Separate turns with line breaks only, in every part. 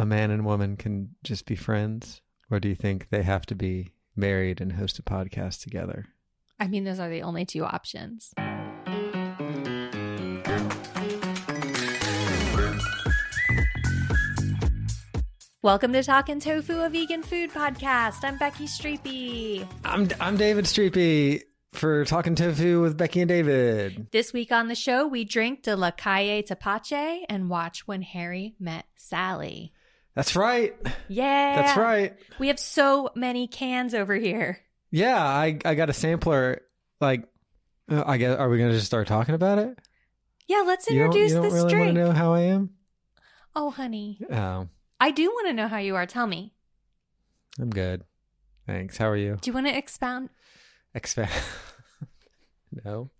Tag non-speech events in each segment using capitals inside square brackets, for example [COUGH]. a man and woman can just be friends, or do you think they have to be married and host a podcast together?
I mean, those are the only two options. Welcome to Talkin' Tofu, a vegan food podcast. I'm Becky Streepy.
I'm I'm David Streepy for Talking Tofu with Becky and David.
This week on the show, we drink de la Calle Tapache and watch When Harry Met Sally.
That's right.
Yeah.
That's right.
We have so many cans over here.
Yeah, I I got a sampler. Like, uh, I guess are we gonna just start talking about it?
Yeah, let's
you don't,
introduce
you don't
this
really
drink.
want to know how I am.
Oh, honey.
Oh,
I do want to know how you are. Tell me.
I'm good. Thanks. How are you?
Do you want to expound?
Expect? [LAUGHS] no.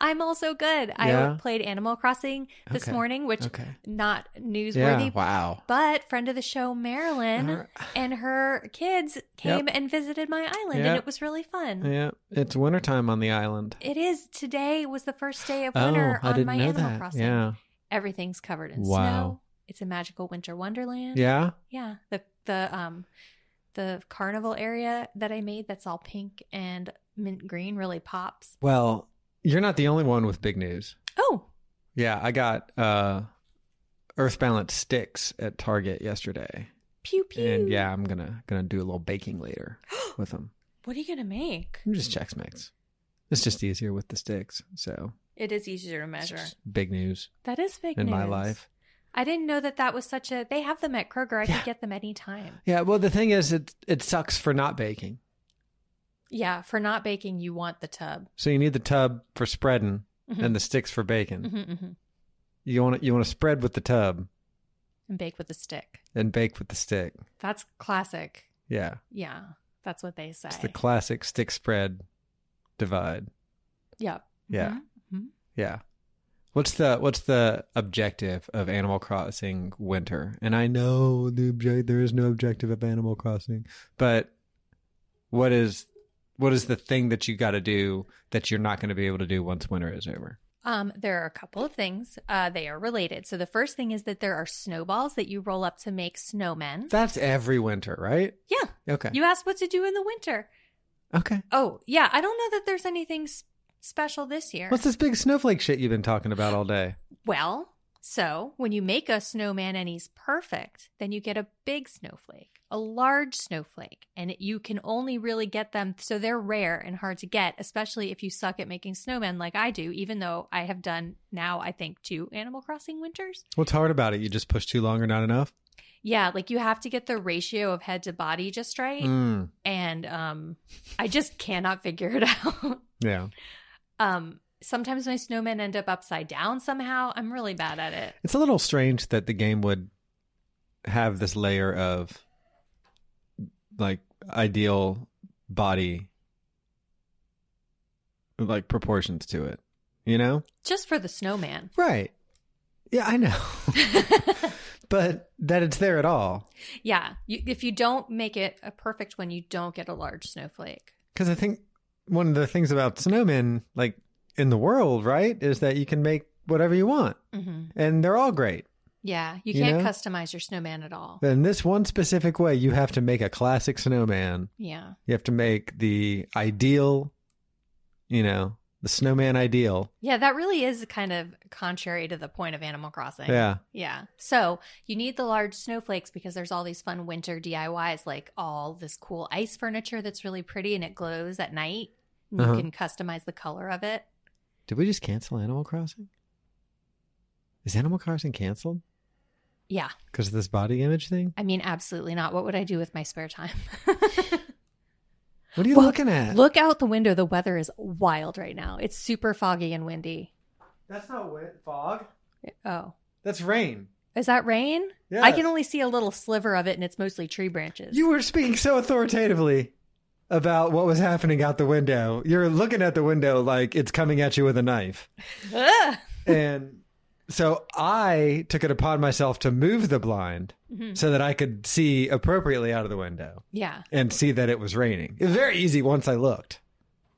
I'm also good.
Yeah.
I played Animal Crossing this
Okay.
morning, which
Okay.
not newsworthy.
Yeah. Wow.
But friend of the show Marilyn
Her-
and her kids came and visited my island, and
Yep.
it was really fun.
Yeah, it's wintertime on the island.
It is. Today was the first day of winter
oh, I
on
didn't
my
know
Animal
that.
Crossing.
Yeah.
Everything's covered in
Wow.
snow. It's a magical winter wonderland.
Yeah.
Yeah. The the um the carnival area that I made that's all pink and mint green really pops.
Well, you're not the only one with big news.
Oh,
Yeah, I got uh Earth Balance sticks at Target yesterday.
pew pew.
And yeah, I'm going to going to do a little baking
[GASPS]
later with them.
What are you gonna make?
I'm just Chex Mix. It's just easier with the sticks. So,
It is easier to
it's
measure.
just big news
That is big
in my
news.
life.
I didn't know that that was such a. They have them at Kroger. I
Yeah.
could get them anytime.
Yeah, well the thing is it it sucks for not baking.
Yeah, for not baking, you want the tub.
So you need the tub for spreading
Mhm.
and the sticks for baking.
Mhm, mhm.
You want to you want to spread with the tub
And bake with a stick.
and bake with the stick.
That's classic.
Yeah.
Yeah, that's what they say.
It's the classic stick spread divide.
yep.
Yeah.
Mhm, mhm.
Yeah. What's the what's the objective of Animal Crossing Winter? And I know the obje- there is no objective of Animal Crossing, but what is what is the thing that you got to do that you're not going to be able to do once winter is over?
Um, there are a couple of things. Uh, they are related. So the first thing is that there are snowballs that you roll up to make snowmen.
That's every winter, right?
yeah.
Okay.
You asked what to do in the winter.
okay.
Oh, yeah. I don't know that there's anything s- special this year.
What's this big snowflake shit you've been talking about all day?
Well, so when you make a snowman and he's perfect, then you get a big snowflake, a large snowflake, and it- you can only really get them. So they're rare and hard to get, especially if you suck at making snowmen like I do, even though I have done now, I think, two Animal Crossing winters.
What's hard about it? You just push too long or not enough?
Yeah, like you have to get the ratio of head to body just right.
Mm.
And um, I just cannot figure it [LAUGHS] out.
Yeah.
um, sometimes my snowmen end up upside down somehow. I'm really bad at it.
It's a little strange that the game would have this layer of like ideal body like proportions to it, you know?
Just for the snowman.
Right. Yeah, I know. [LAUGHS] but that it's there at all.
Yeah. You, if you don't make it a perfect one, you don't get a large snowflake.
Cuz I think one of the things about snowmen like in the world, right, is that you can make whatever you want
Mm-hmm.
and they're all great.
Yeah. You
You
can't
know?
customize your snowman at all.
In this one specific way, you have to make a classic snowman
Yeah.
You have to make the ideal you know, the snowman ideal.
Yeah, that really is kind of contrary to the point of Animal Crossing.
Yeah.
Yeah. So you need the large snowflakes because there's all these fun winter DIYs, like all this cool ice furniture that's really pretty and it glows at night. And
Uh-huh.
You can customize the color of it.
Did we just cancel Animal Crossing? Is Animal Crossing canceled
Yeah.
because of this body image thing?
I mean, absolutely not. What would I do with my spare time? [LAUGHS]
What are you
Well,
looking at?
Look out the window. The weather is wild right now. It's super foggy and windy.
That's not wind, fog.
Oh.
That's rain.
Is that rain? I
Yes.
can only see a little sliver of it and it's mostly tree branches.
You were speaking so authoritatively about what was happening out the window. You're looking at the window like it's coming at you with
[LAUGHS]
a knife.
Ugh.
and so I took it upon myself to move the blind
Mm-hmm.
so that I could see appropriately out of the window
Yeah.
and see that it was raining. It was very easy once I looked.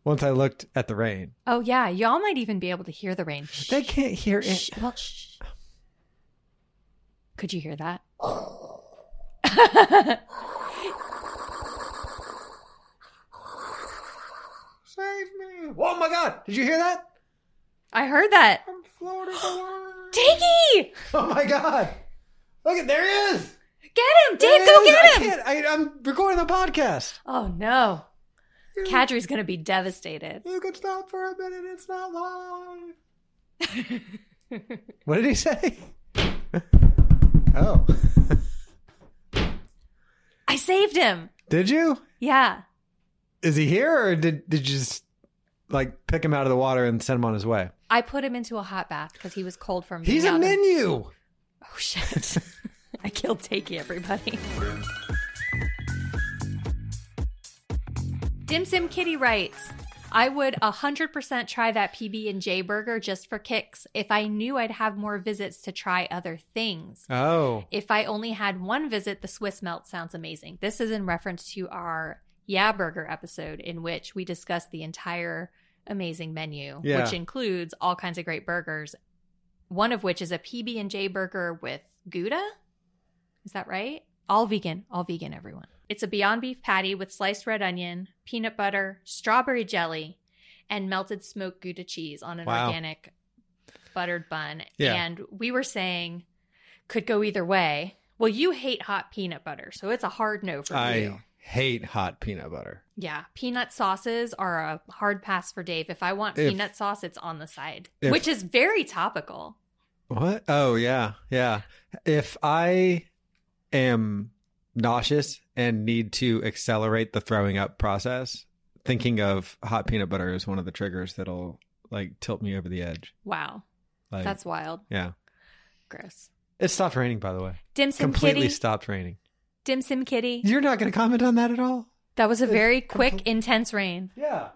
Once I looked at the rain.
Oh, yeah. Y'all might even be able to hear the rain.
They can't hear it.
Shh. Well, shh. Could you hear that? [LAUGHS]
Save me. Oh my god. Did you hear that?
I heard that.
I'm floating away.
Diggy!
Oh my god. Look at there he is.
Get him!
There
Dave, go
he is.
get him!
I can't. I, I'm recording the podcast.
Oh, no. Kadri's going to be devastated.
You can stop for a minute. It's not live. what did he say? oh.
I saved him.
Did you?
Yeah.
Is he here or did, did you just like pick him out of the water and send him on his way?
I put him into a hot bath because he was cold from
He's
being
a
out in-
menu.
Oh shit. [LAUGHS] I killed Takey, everybody. Dim Sim Kitty writes, I would 100% try that PB&J burger just for kicks if I knew I'd have more visits to try other things.
Oh.
If I only had one visit, the Swiss melt sounds amazing. This is in reference to our Yeah Burger episode, in which we discussed the entire amazing menu,
Yeah.
which includes all kinds of great burgers. One of which is a PB and J burger with Gouda. Is that right? All vegan, all vegan, everyone. It's a Beyond Beef patty with sliced red onion, peanut butter, strawberry jelly, and melted smoked Gouda cheese on an
Wow.
organic buttered bun.
Yeah.
And we were saying could go either way. Well, you hate hot peanut butter, so it's a hard no for you.
I hate hot peanut butter.
Yeah, peanut sauces are a hard pass for Dave. If I want
If-
peanut sauce, it's on the side,
If-
which is very topical.
What? Oh yeah, yeah. If I am nauseous and need to accelerate the throwing up process, thinking of hot peanut butter is one of the triggers that'll like tilt me over the edge.
Wow,
Like,
that's wild.
yeah.
Gross.
It stopped raining, by the way.
Dim Sim
Completely
Kitty.
stopped raining.
Dim Sim Kitty.
You're not going to comment on that at all.
That was a very quick,
complete-
intense rain.
Yeah.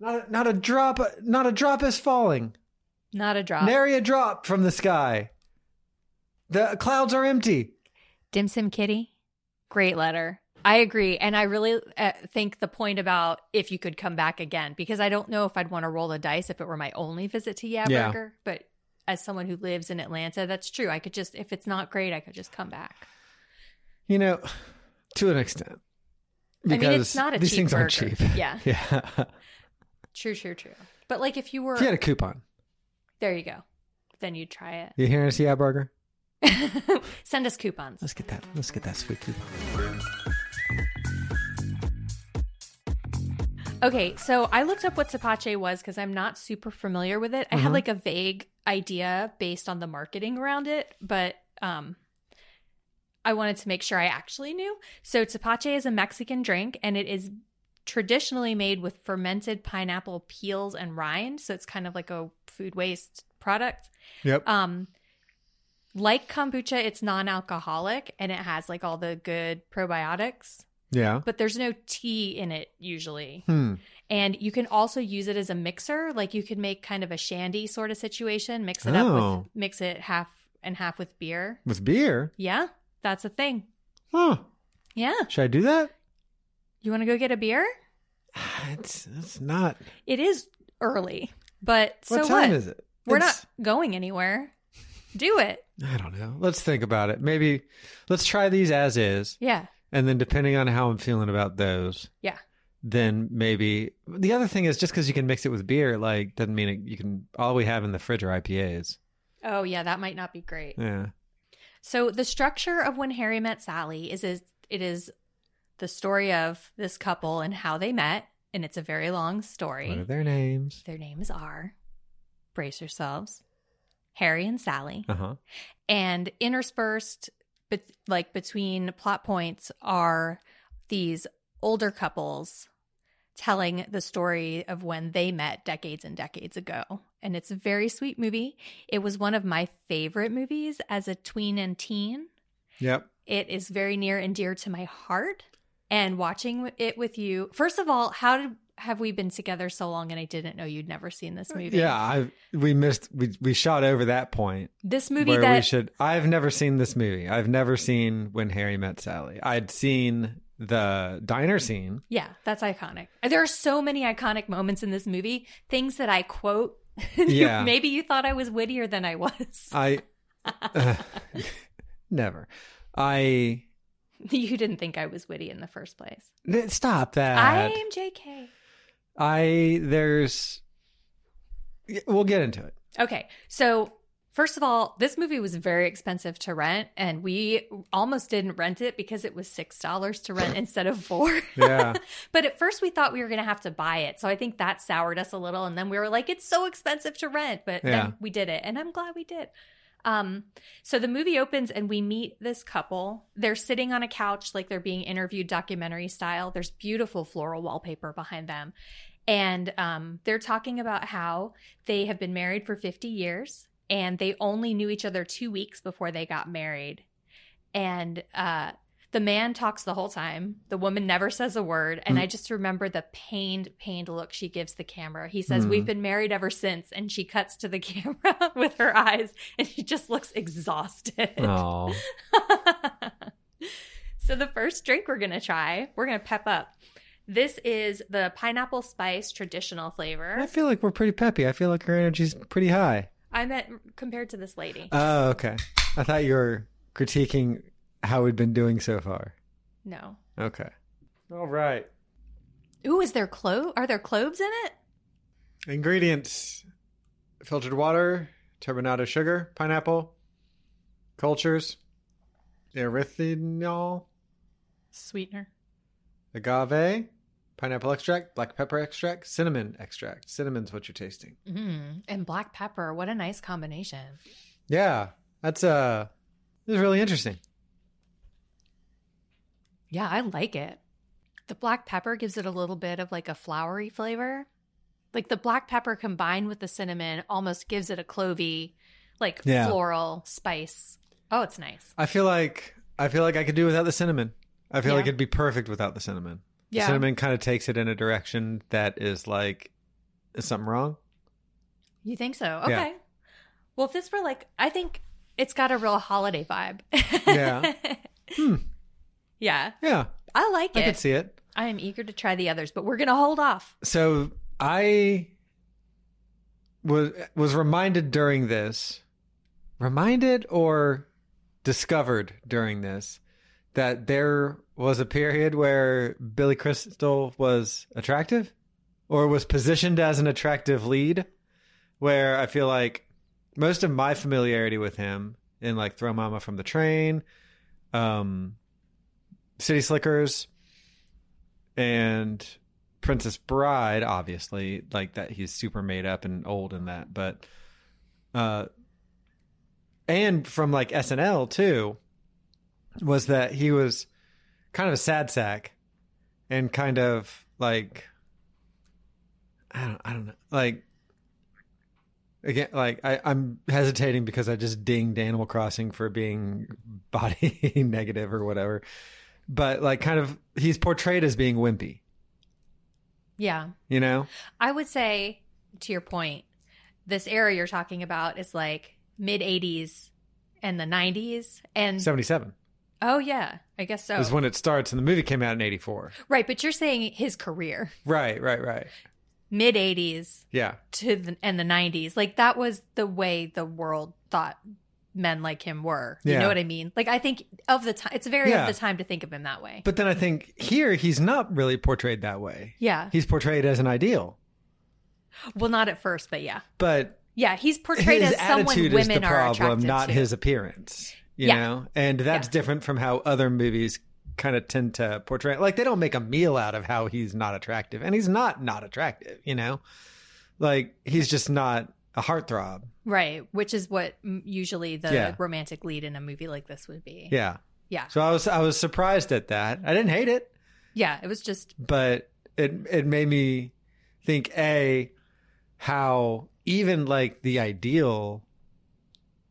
Not a, not a drop. Not a drop is falling.
Not a drop.
Nary a drop from the sky. The clouds are empty.
Dim Sim Kitty. Great letter. I agree. And I really uh, think the point about if you could come back again, because I don't know if I'd want to roll the dice if it were my only visit to Yeah
Yeah.
Burger. But as someone who lives in Atlanta, that's true. I could just, if it's not great, I could just come back.
You know, [SIGHS] to an extent.
I mean, it's not a
these
cheap
things aren't
burger.
cheap.
Yeah.
[LAUGHS] yeah.
True, true, true. But like if you were,
if you had a coupon,
there you go. Then you'd try
you hearing us? Yeah, burger.
it. Send us coupons.
Let's get that. Let's get that sweet coupon.
Okay, so I looked up what cepache was because I'm not super familiar with it. I had like a vague idea based on the marketing around it, but um, I wanted to make sure I actually knew. So cepache is a Mexican drink, and it is traditionally made with fermented pineapple peels and rind. So it's kind of like a food waste product.
Yep.
Um, like kombucha, it's non-alcoholic and it has like all the good probiotics,
yeah.
but there's no tea in it usually.
Hmm.
And you can also use it as a mixer. Like you could make kind of a shandy sort of situation, mix it up
Oh.
with mix it half and half with beer.
With beer.
Yeah, that's a thing.
Huh.
Yeah.
Should I do that?
You want to go get a beer?
[SIGHS] It's it's not.
It is early, but so
what time
what?
is it?
We're
It's-
not going anywhere. Do it.
I don't know. Let's think about it. Maybe let's try these as is,
Yeah.
and then depending on how I'm feeling about those,
Yeah.
then maybe the other thing is just because you can mix it with beer, like doesn't mean it, you can. All we have in the fridge are IPAs.
Oh, yeah, that might not be great.
Yeah.
So the structure of When Harry Met Sally is is it is the story of this couple and how they met, and it's a very long story.
What are their names?
Their names are brace yourselves, Harry and Sally,
Uh huh.
and interspersed, but like between plot points are these older couples telling the story of when they met decades and decades ago. And it's a very sweet movie. It was one of my favorite movies as a tween and teen.
Yep.
It is very near and dear to my heart. And watching it with you, first of all, how did have we been together so long and I didn't know you'd never seen this movie?
Yeah, I we missed we we shot over that point
This movie
where
that
we should. I've never seen this movie. I've never seen When Harry Met Sally. I'd seen the diner scene.
Yeah, that's iconic. There are so many iconic moments in this movie, things that I quote. [LAUGHS]
Yeah. Uh,
Maybe you thought I was wittier than I was.
I [LAUGHS] never. I
[LAUGHS] you didn't think I was witty in the first place.
th- stop that.
I'm JK.
I there's we'll get into it.
Okay. So, first of all, this movie was very expensive to rent, and we almost didn't rent it because it was $6 to
[LAUGHS]
rent instead of 4.
Yeah.
[LAUGHS] But at first, we thought we were going to have to buy it. So I think that soured us a little. And then we were like, it's so expensive to rent. But
Yeah.
then we did it. And I'm glad we did. Um, so the movie opens and we meet this couple. They're sitting on a couch like they're being interviewed documentary style. There's beautiful floral wallpaper behind them. And um, they're talking about how they have been married for 50 years and they only knew each other two weeks before they got married. And uh, the man talks the whole time. The woman never says a word. And I just remember the pained, pained look she gives the camera. He says,
Mm.
We've been married ever since. And she cuts to the [LAUGHS] camera with her eyes and she just looks exhausted.
Oh.
[LAUGHS] so the first drink we're gonna try, we're gonna pep up. This is the pineapple spice traditional flavor.
I feel like we're pretty peppy. I feel like our energy's pretty high.
I meant compared to this lady.
Oh, okay. I thought you were critiquing how we've been doing so far.
no.
Okay. All right.
Ooh, is there clove? Are there cloves in it?
Ingredients filtered water, turbinado sugar, pineapple, cultures, erythinol,
Sweetener.
agave, pineapple extract, black pepper extract, cinnamon extract. Cinnamon's what you're tasting.
Mm, and black pepper. What a nice combination.
Yeah, that's uh, this is really interesting.
Yeah, I like it. The black pepper gives it a little bit of like a flowery flavor. Like the black pepper combined with the cinnamon almost gives it a clovey, like
Yeah.
floral spice. Oh, it's nice.
I feel like I feel like I could do without the cinnamon. I feel
Yeah.
like it'd be perfect without the cinnamon. The
Yeah.
cinnamon kind of takes it in a direction that is like, is something wrong?
You think so? Okay.
Yeah.
Well, if this were like, I think it's got a real holiday vibe. [LAUGHS]
Yeah. Hmm.
Yeah.
Yeah,
I like
I
it.
could see it.
I am eager to try the others, but we're going to hold off.
So I was was reminded during this, reminded or discovered during this that there was a period where Billy Crystal was attractive or was positioned as an attractive lead where I feel like most of my familiarity with him in like Throw Mama from the Train, um City Slickers and Princess Bride, obviously, like that he's super made up and old in that, but uh and from like SNL too was that he was kind of a sad sack and kind of like I don't I don't know like again like I, I'm hesitating because I just dinged Animal Crossing for being [LAUGHS] body negative or whatever. But like kind of he's portrayed as being wimpy
Yeah.
you know
I would say, to your point, this era you're talking about is like mid 80s and the 90s. And
77
oh, yeah, I guess so.
is when it starts and the movie came out in 84
right. But you're saying his career,
right right right
mid 80s
yeah
to the, and the 90s. Like that was the way the world thought men like him were. You
Yeah.
know what I mean? Like I think of the time, it's very
Yeah.
of the time to think of him that way.
But then I think here he's not really portrayed that way.
yeah.
He's portrayed as an ideal,
well, not at first, but yeah,
but
yeah. He's portrayed
his
as someone
attitude
women
is the
are
problem,
attracted
not
to.
his appearance. You
Yeah.
know, and that's
Yeah.
different from how other movies kind of tend to portray. Like they don't make a meal out of how he's not attractive, and he's not not attractive. You know, like he's just not a heartthrob.
right, which is what mm, usually the
Yeah.
romantic lead in a movie like this would be.
Yeah.
yeah,
So I was I was surprised at that. I didn't hate it,
yeah. It was just
but it it made me think a how even like the ideal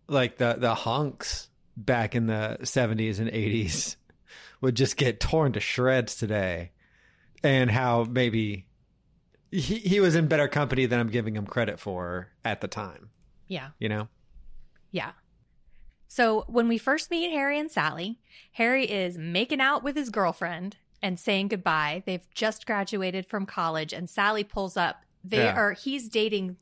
like the the hunks back in the 70s and 80s [LAUGHS] would just get torn to shreds today and how maybe he, he was in better company than I'm giving him credit for at the time,
yeah.
you know?
Yeah. So when we first meet Harry and Sally, Harry is making out with his girlfriend and saying goodbye. They've just graduated from college and Sally pulls up. They
Yeah.
are he's dating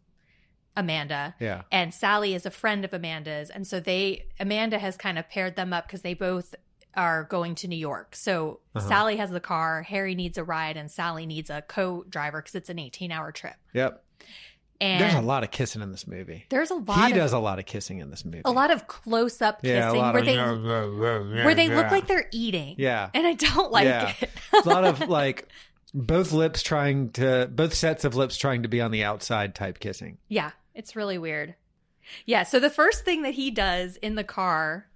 Amanda
Yeah.
and Sally is a friend of Amanda's and so they Amanda has kind of paired them up cuz they both are going to New York. So
Uh-huh.
Sally has the car, Harry needs a ride and Sally needs a co-driver cuz it's an 18-hour trip.
Yep.
And
There's a lot of kissing in this movie.
There's a lot
He
of
does a lot of kissing in this movie.
a lot of close up kissing
Yeah, a lot
where
of
they where
where
they look like they're eating.
Yeah.
[LAUGHS] And I don't like
Yeah.
it. [LAUGHS]
a lot of like both lips trying to both sets of lips trying to be on the outside type kissing.
yeah, it's really weird. Yeah, so the first thing that he does in the car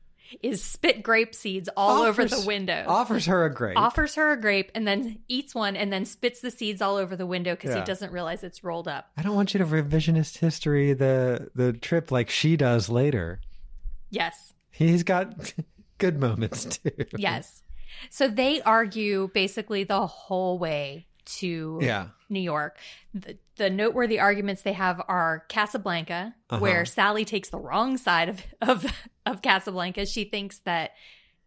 is spit grape seeds all over
Offers-
the window.
Offers her a grape.
Offers her a grape and then eats one and then spits the seeds all over the window because
Yeah.
he doesn't realize it's rolled up.
I don't want you to revisionist history the the trip like she does later. [LAUGHS]
Yes.
He's got good moments too.
Yes. so they argue basically the whole way to
Yeah.
New York. The, the noteworthy arguments they have are Casablanca,
Uh-huh.
where Sally takes the wrong side of, of of Casablanca. She thinks that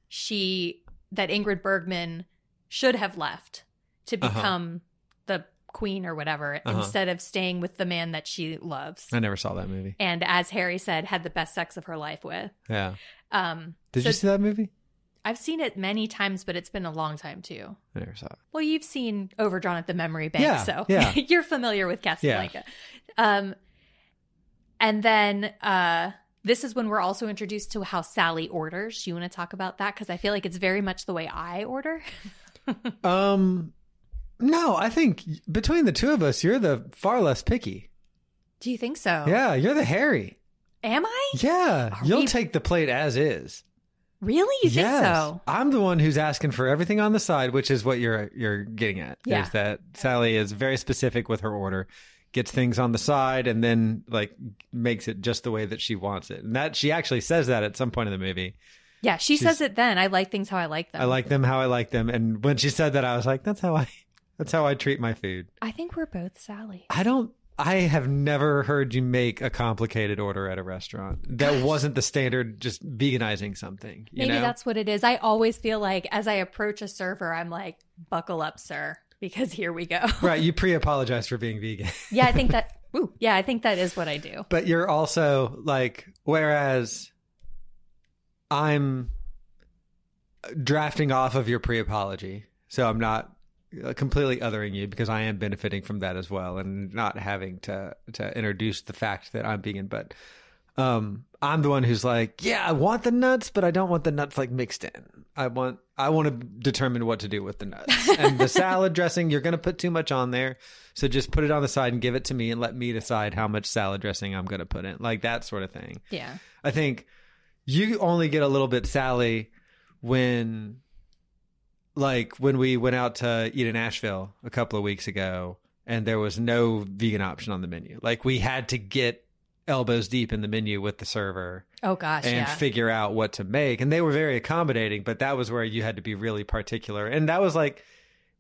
she that Ingrid Bergman should have left to
Uh-huh.
become the queen or whatever
Uh-huh.
instead of staying with the man that she loves.
I never saw that movie.
And as Harry said, had the best sex of her life with.
Yeah.
Um,
Did
so
you see that movie?
I've seen it many times, but it's been a long time too.
I never saw it.
Well, you've seen Overdrawn at the Memory Bank,
Yeah,
so [LAUGHS]
yeah.
you're familiar with Casablanca. Um, and then uh, this is when we're also introduced to how Sally orders. You want to talk about that because I feel like it's very much the way I order. [LAUGHS]
Um no, I think between the two of us, you're the far less picky.
Do you think so?
Yeah, you're the hairy.
Am I
Yeah,
Are
you'll
we-
take the plate as is.
really? You
Yes.
think so?
I'm the one who's asking for everything on the side, which is what you're you're getting at.
Yeah.
Is that Sally is very specific with her order, gets things on the side, and then like makes it just the way that she wants it. And that she actually says that at some point in the movie.
Yeah, she
She's-
says it. Then I like things how I like them.
I like them how I like them. And when she said that, I was like, that's how I that's how I treat my food.
I think we're both Sally.
I don't. I have never heard you make a complicated order at a restaurant that wasn't the standard. Just veganizing something. You
Maybe
know?
that's what it is. I always feel like as I approach a server, I'm like, "Buckle up, sir," because here we
[LAUGHS]
go.
right. You pre-apologize for being vegan.
yeah, I think that. Ooh, yeah, I think that is what I do.
but you're also like whereas i'm drafting off of your pre-apology so i'm not uh, completely othering you because i am benefiting from that as well and not having to to introduce the fact that i'm vegan but um i'm the one who's like yeah i want the nuts but i don't want the nuts like mixed in i want i want to determine what to do with the nuts and the salad dressing you're going to put too much on there so just put it on the side and give it to me and let me decide how much salad dressing i'm going to put in like that sort of thing
Yeah.
I think you only get a little bit Sally when like when we went out to eat in Asheville a couple of weeks ago and there was no vegan option on the menu. Like we had to get elbows deep in the menu with the server
Oh gosh.
and
yeah.
figure out what to make. And they were very accommodating, but that was where you had to be really particular. And that was like,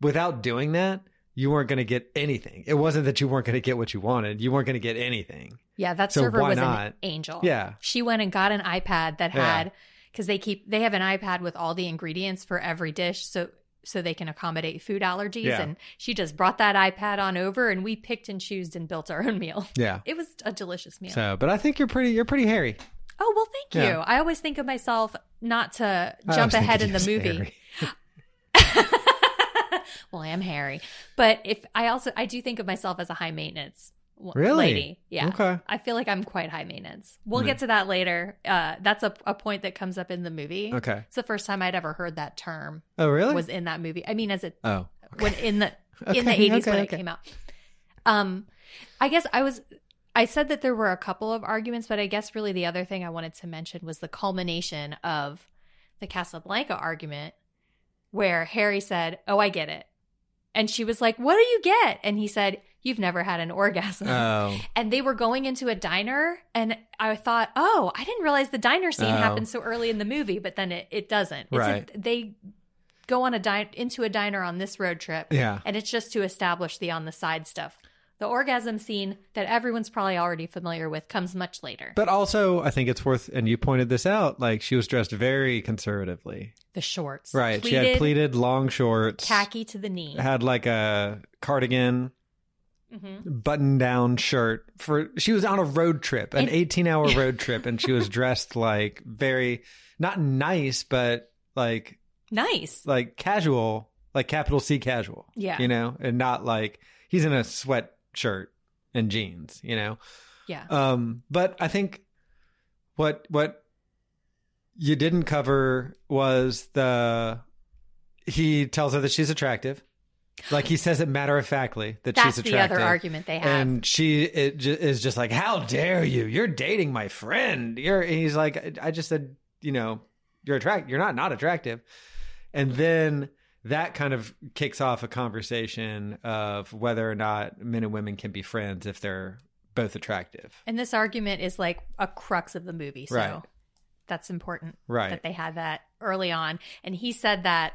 without doing that, you weren't going to get anything. It wasn't that you weren't going to get what you wanted. You weren't going to get anything.
yeah, that
so
server
why
was an
not?
angel.
Yeah.
She went and got an iPad that
Yeah.
had because they keep they have an iPad with all the ingredients for every dish, so so they can accommodate food allergies.
Yeah.
And she just brought that iPad on over, and we picked and choosed and built our own meal. [LAUGHS]
Yeah.
It was a delicious meal.
So, but I think you're pretty, you're pretty hairy.
Oh, well, thank you.
Yeah.
I always think of myself not to
I
jump
always think
ahead
of
in
you
the
as
movie.
Harry.
well, I am Harry, but if I also I do think of myself as a high maintenance w-
Really?
lady. Yeah.
Okay.
I feel like I'm quite high maintenance. We'll
Hmm.
get to that later. Uh, that's a, a point that comes up in the movie.
Okay.
It's the first time I'd ever heard that term
Oh, really?
was in that movie. I mean, as a [LAUGHS]
oh,
when in
[LAUGHS]
the in the
Okay,
80s when
okay,
it
okay.
came out. Um, I guess I was. I said that there were a couple of arguments, but I guess really the other thing I wanted to mention was the culmination of the Casablanca argument, where Harry said, "Oh, I get it," and she was like, "What do you get?" And he said, "You've never had an orgasm."
oh,
and they were going into a diner, and I thought, "Oh, I didn't realize the diner scene
Oh.
happened so early in the movie," but then it, it doesn't. It's a-
Right.
they go on a dine into a diner on this road trip,
yeah.
and it's just to establish the on the side stuff. The orgasm scene that everyone's probably already familiar with comes much later.
But also, I think it's worth, and you pointed this out, like she was dressed very conservatively.
the shorts,
Right. she had pleated long shorts,
khaki to the knee.
had like a cardigan,
Mhm.
button down shirt. For She was on a road trip, an
And- [LAUGHS]
18 hour road trip, and she was dressed like very, not nice, but like,
Nice.
like casual, like capital C casual.
Yeah.
You know, and not like he's in a sweatshirt and jeans, you know?
Yeah.
Um, but I think what what you didn't cover was the he tells her that she's attractive. Like he says it matter of factly that
That's
she's
the
attractive.
other argument they have.
And she it ju- is just like, "How dare you? You're dating my friend." You're and he's like, "I- "I just said, you know, you're attract you're not not attractive." And then that kind of kicks off a conversation of whether or not men and women can be friends if they're both attractive.
and this argument is like a crux of the movie. So
Right.
that's important
Right.
that they had that early on. And he said that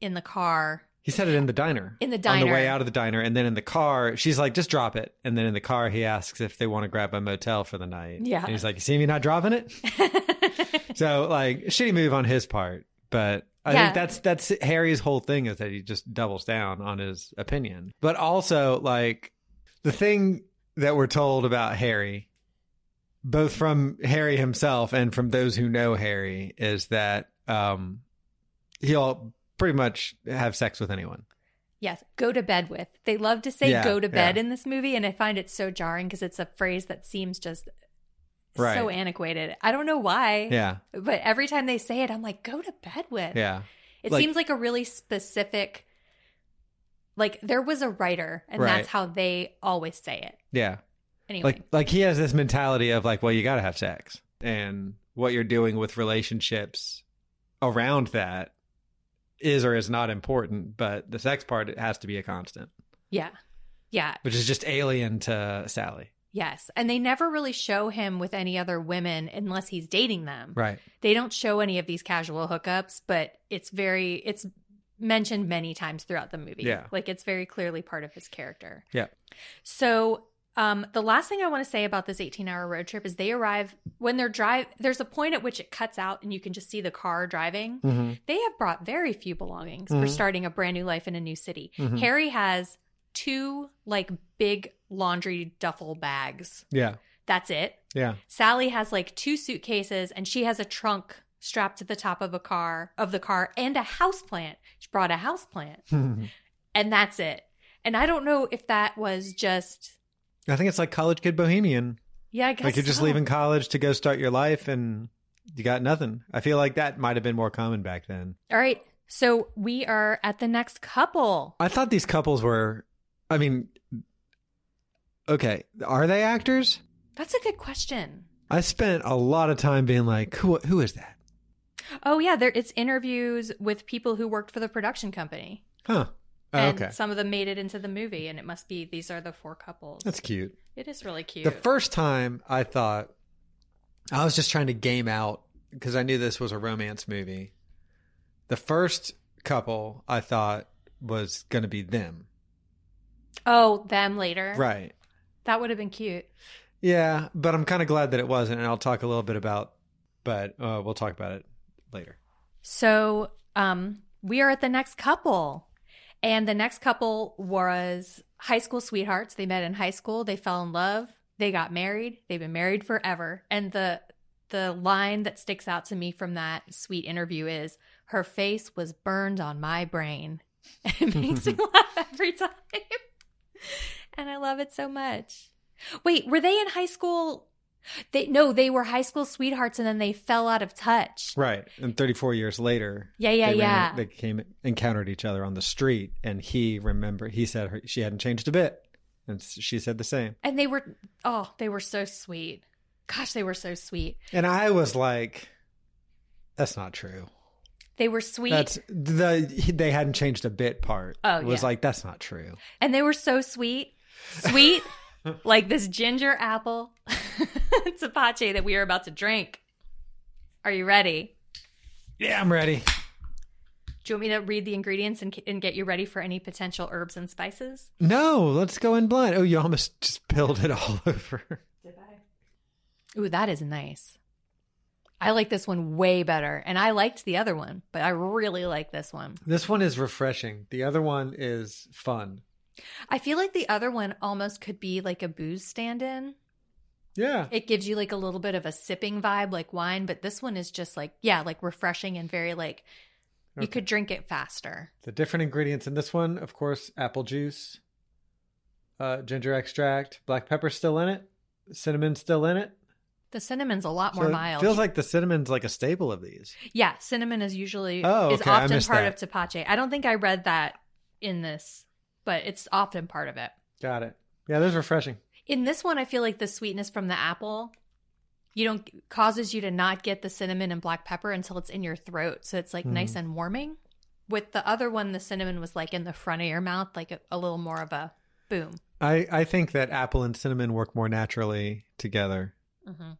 in the car.
He said it in the diner.
In the
On the
diner.
way out of the diner. And then in the car, she's like, just drop it. And then in the car, he asks if they want to grab a motel for the night.
Yeah.
And he's like, you see me not dropping it? so, like, shitty move on his part. But I
Yeah.
think that's that's Harry's whole thing is that he just doubles down on his opinion. But also, like, the thing that we're told about Harry, both from Harry himself and from those who know Harry, is that um, he'll pretty much have sex with anyone.
Yes, go to bed with. They love to say
Yeah,
go to bed
yeah.
in this movie, and I find it so jarring because it's a phrase that seems just
Right.
so antiquated. I don't know why.
Yeah.
But every time they say it, I'm like, go to bed with.
Yeah.
It
Like-
seems like a really specific, like, there was a writer, and
Right.
that's how they always say it.
Yeah.
Anyway.
Like like he has this mentality of like, well, you gotta have sex. And what you're doing with relationships around that is or is not important, but the sex part it has to be a constant.
yeah. Yeah.
Which is just alien to Sally.
Yes. And they never really show him with any other women unless he's dating them.
Right.
They don't show any of these casual hookups, but it's very it's mentioned many times throughout the movie.
Yeah.
Like it's very clearly part of his character.
Yeah.
So um the last thing I want to say about this 18-hour road trip is they arrive when they're drive there's a point at which it cuts out and you can just see the car driving.
Mm-hmm.
They have brought very few belongings for starting a brand new life in a new city.
Mm-hmm.
Harry has two like big laundry duffel bags.
Yeah.
That's it.
Yeah. [LAUGHS]
Sally has like two suitcases and she has a trunk strapped to the top of a car of the car and a house plant. She brought a house plant and that's it. And I don't know if that was just
I think it's like college kid bohemian.
yeah, I guess
Like you're just
so.
leaving college to go start your life and you got nothing. I feel like that might have been more common back then.
All right. So we are at the next couple.
I thought these couples were I mean okay, are they actors?
That's a good question.
I spent a lot of time being like, who who is that?
Oh yeah, there it's interviews with people who worked for the production company.
Huh. Oh,
And
okay.
some of them made it into the movie and it must be these are the four couples.
That's cute.
it is really cute.
The first time I thought I was just trying to game out because I knew this was a romance movie. The first couple I thought was going to be them.
oh, them later.
Right.
That would have been cute.
Yeah, but I'm kind of glad that it wasn't and I'll talk a little bit about but uh, we'll talk about it later.
So um, we are at the next couple. And the next couple was high school sweethearts. They met in high school. They fell in love. They got married. They've been married forever. And the the line that sticks out to me from that sweet interview is her face was burned on my brain. [LAUGHS] it makes
[LAUGHS]
me laugh every time. and I love it so much. Wait, were they in high school? They no, they were high school sweethearts and then they fell out of touch.
Right. And 34 years later.
Yeah, yeah,
they ran-
yeah.
they came encountered each other on the street and he remember he said her, she hadn't changed a bit and s- she said the same.
And they were oh, they were so sweet. Gosh, they were so sweet.
And I was like that's not true.
They were sweet.
That's the they hadn't changed a bit part.
Oh,
was
yeah.
like that's not true.
and they were so sweet. Sweet like this ginger apple [LAUGHS] tapache that we are about to drink. Are you ready?
Yeah, I'm ready.
Do you want me to read the ingredients and, and get you ready for any potential herbs and spices?
No, let's go in blind. Oh, you almost [LAUGHS] just spilled it all over.
Ooh, that is nice. I like this one way better. And I liked the other one, but I really like this one.
This one is refreshing. The other one is fun.
I feel like the other one almost could be like a booze stand in.
Yeah.
It gives you like a little bit of a sipping vibe, like wine, but this one is just like, yeah, like refreshing and very like, you could drink it faster.
The different ingredients in this one, of course, apple juice, uh, ginger extract, black pepper still in it, cinnamon still in it.
The cinnamon's a lot more
So it
mild.
Feels like the cinnamon's like a staple of these.
yeah, cinnamon is usually
Oh,
is
okay, I
often
missed
part
that.
of tapache. I don't think I read that in this, but it's often part of it.
Got it. Yeah, there's refreshing.
In this one, I feel like the sweetness from the apple, you don't causes you to not get the cinnamon and black pepper until it's in your throat. So it's like
Hmm.
nice and warming. With the other one, the cinnamon was like in the front of your mouth, like a, a little more of a boom.
I, I think that apple and cinnamon work more naturally together
Mm-hmm.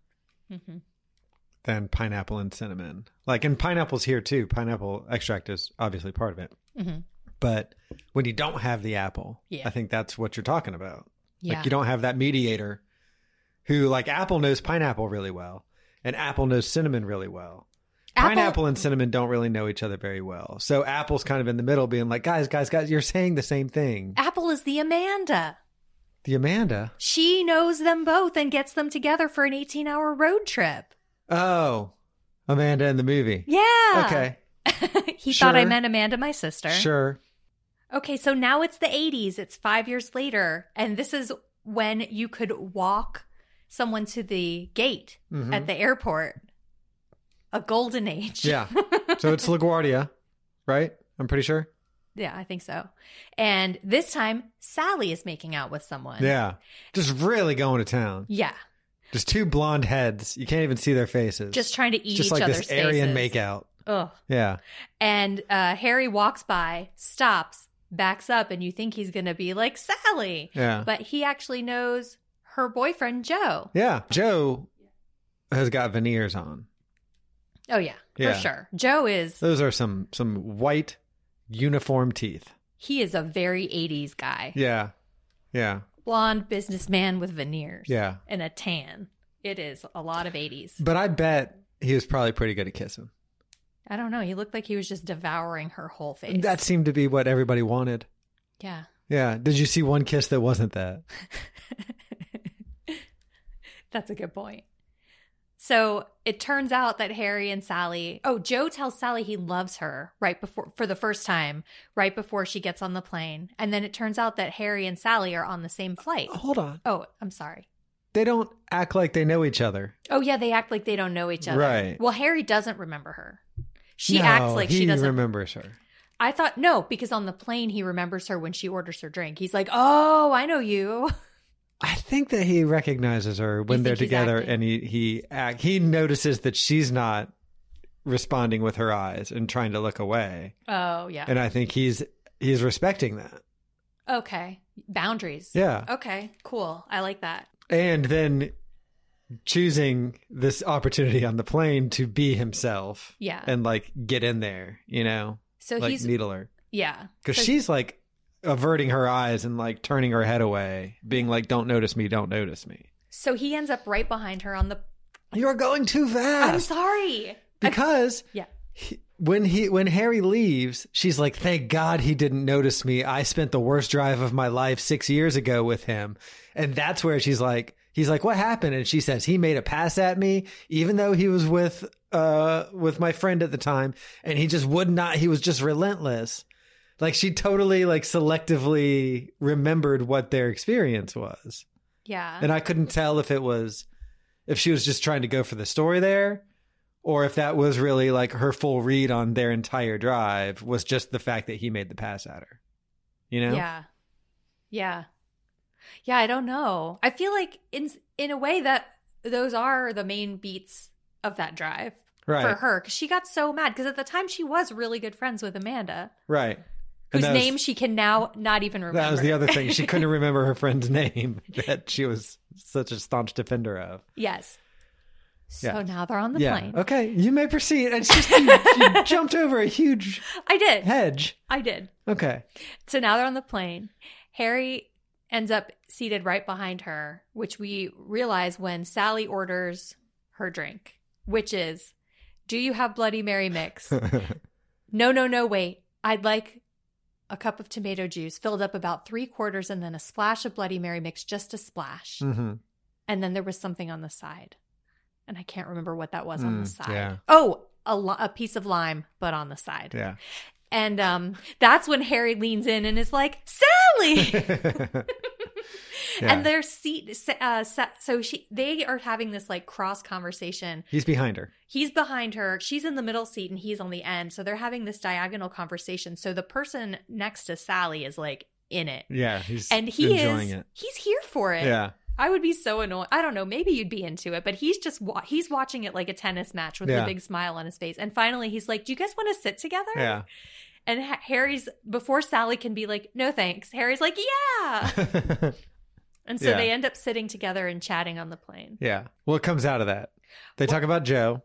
than pineapple and cinnamon. Like, and pineapple's here too. Pineapple extract is obviously part of it. But when you don't have the apple,
Mm-hmm. Yeah.
I think that's what you're talking about.
Yeah.
Like, you don't have that mediator who, like, apple knows pineapple really well, and apple knows cinnamon really well.
Apple-
Pineapple and cinnamon don't really know each other very well. So apple's kind of in the middle being like, guys, guys, guys, you're saying the same thing.
Apple is the Amanda.
The Amanda.
She knows them both and gets them together for an 18 hour road trip.
Oh, Amanda in the movie.
Yeah.
Okay.
[LAUGHS] he thought I
Sure.
meant Amanda, my sister.
Sure.
Okay, so now it's the 80s. It's five years later. And this is when you could walk someone to the gate
Mm-hmm.
at the airport. A golden age.
Yeah. so it's LaGuardia, right? I'm pretty sure.
[LAUGHS] Yeah, I think so. And this time, Sally is making out with someone.
Yeah. Just really going to town.
Yeah.
Just two blonde heads. You can't even see their faces.
Just trying to eat
Just
each
like
other's
this Aryan
faces.
makeout.
Ugh.
Yeah.
And uh, Harry walks by, stops, backs up, and you think he's going to be like Sally.
Yeah.
But he actually knows her boyfriend, Joe.
Yeah. Joe has got veneers on.
Oh, yeah,
Yeah.
for sure. Joe is,
Those are some some white uniform teeth.
he is a very 80s guy.
Yeah. Yeah.
Blonde businessman with veneers.
Yeah.
And a tan. It is a lot of 80s.
But I bet he was probably pretty good at kissing.
I don't know. He looked like he was just devouring her whole face.
That seemed to be what everybody wanted.
yeah.
Yeah. Did you see one kiss that wasn't that?
That's a good point. So it turns out that Harry and Sally, oh, Joe tells Sally he loves her right before, for the first time, right before she gets on the plane. And then it turns out that Harry and Sally are on the same flight.
Hold on.
Oh, I'm sorry.
They don't act like they know each other.
Oh, yeah, they act like they don't know each other.
Right.
Well, Harry doesn't remember her. She
No,
acts like she
he
doesn't.
remembers her.
I thought, no, because on the plane, he remembers her when she orders her drink. He's like, oh, I know you. [LAUGHS]
I think that he recognizes her when
think
they're
he's
together,
acting?
and he he act, he notices that she's not responding with her eyes and trying to look away,
Oh, yeah.
and I think he's he's respecting that.
Okay. Boundaries.
Yeah,
Okay. Cool. I like that.
and then choosing this opportunity on the plane to be himself.
Yeah.
and like get in there, you know,
So
like
he's
needle her
yeah.
because
So-
she's like averting her eyes and like turning her head away, being like, "Don't notice me, don't notice me."
so he ends up right behind her on the.
You're going too fast.
I'm sorry.
because
Yeah.
when he when Harry leaves, she's like, "Thank God he didn't notice me. I spent the worst drive of my life 6 years ago with him." And that's where she's like, He's like, "What happened?" And she says, "He made a pass at me, even though he was with uh with my friend at the time, and he just would not. He was just relentless." Like she totally like selectively remembered what their experience was,
Yeah.
and I couldn't tell if it was if she was just trying to go for the story there, or if that was really like her full read on their entire drive was just the fact that he made the pass at her. You know?
Yeah. Yeah. Yeah, I don't know. I feel like in in a way that those are the main beats of that drive
Right.
for her cuz she got so mad cuz at the time she was really good friends with Amanda,
Right. And
whose
that was-
name she can now not even remember.
That was the other thing. She couldn't remember
[LAUGHS]
her friend's name that she was such a staunch defender of.
yes. So
Yeah.
now they're on the
yeah.
plane.
Okay. You may proceed. It's just you,
[LAUGHS]
you jumped over a huge
I did.
hedge.
I did. [LAUGHS]
Okay.
So now they're on the plane. Harry ends up seated right behind her, which we realize when Sally orders her drink, which is, Do you have Bloody Mary
[LAUGHS]
mix? no, no, no, wait. I'd like a cup of tomato juice filled up about three quarters and then a splash of Bloody Mary mix, just a splash.
hmm
And then there was something on the side. And I can't remember what that was on the
Mm,
side.
yeah.
Oh, a, li- a piece of lime, but on the side.
Yeah. [LAUGHS]
And um, that's when Harry leans in and is like,
[LAUGHS]
Sally!
Yeah.
And their seat, uh, sa- so she, they are having this like cross conversation.
He's behind her.
He's behind her, she's in the middle seat, and he's on the end. So they're having this diagonal conversation. So the person next to Sally is like in it,
Yeah. He's
and he
enjoying
is
it.
he's here for it.
Yeah.
I would be so annoyed. I don't know. Maybe you'd be into it, but he's just wa- he's watching it like a tennis match with
Yeah.
a big smile on his face. And finally, he's like, "Do you guys want to sit together?"
Yeah. [LAUGHS]
And Ha- Harry's before Sally can be like, "No, thanks." Harry's like, "Yeah." And so
Yeah.
they end up sitting together and chatting on the plane.
yeah. What comes out of that? They talk about Joe.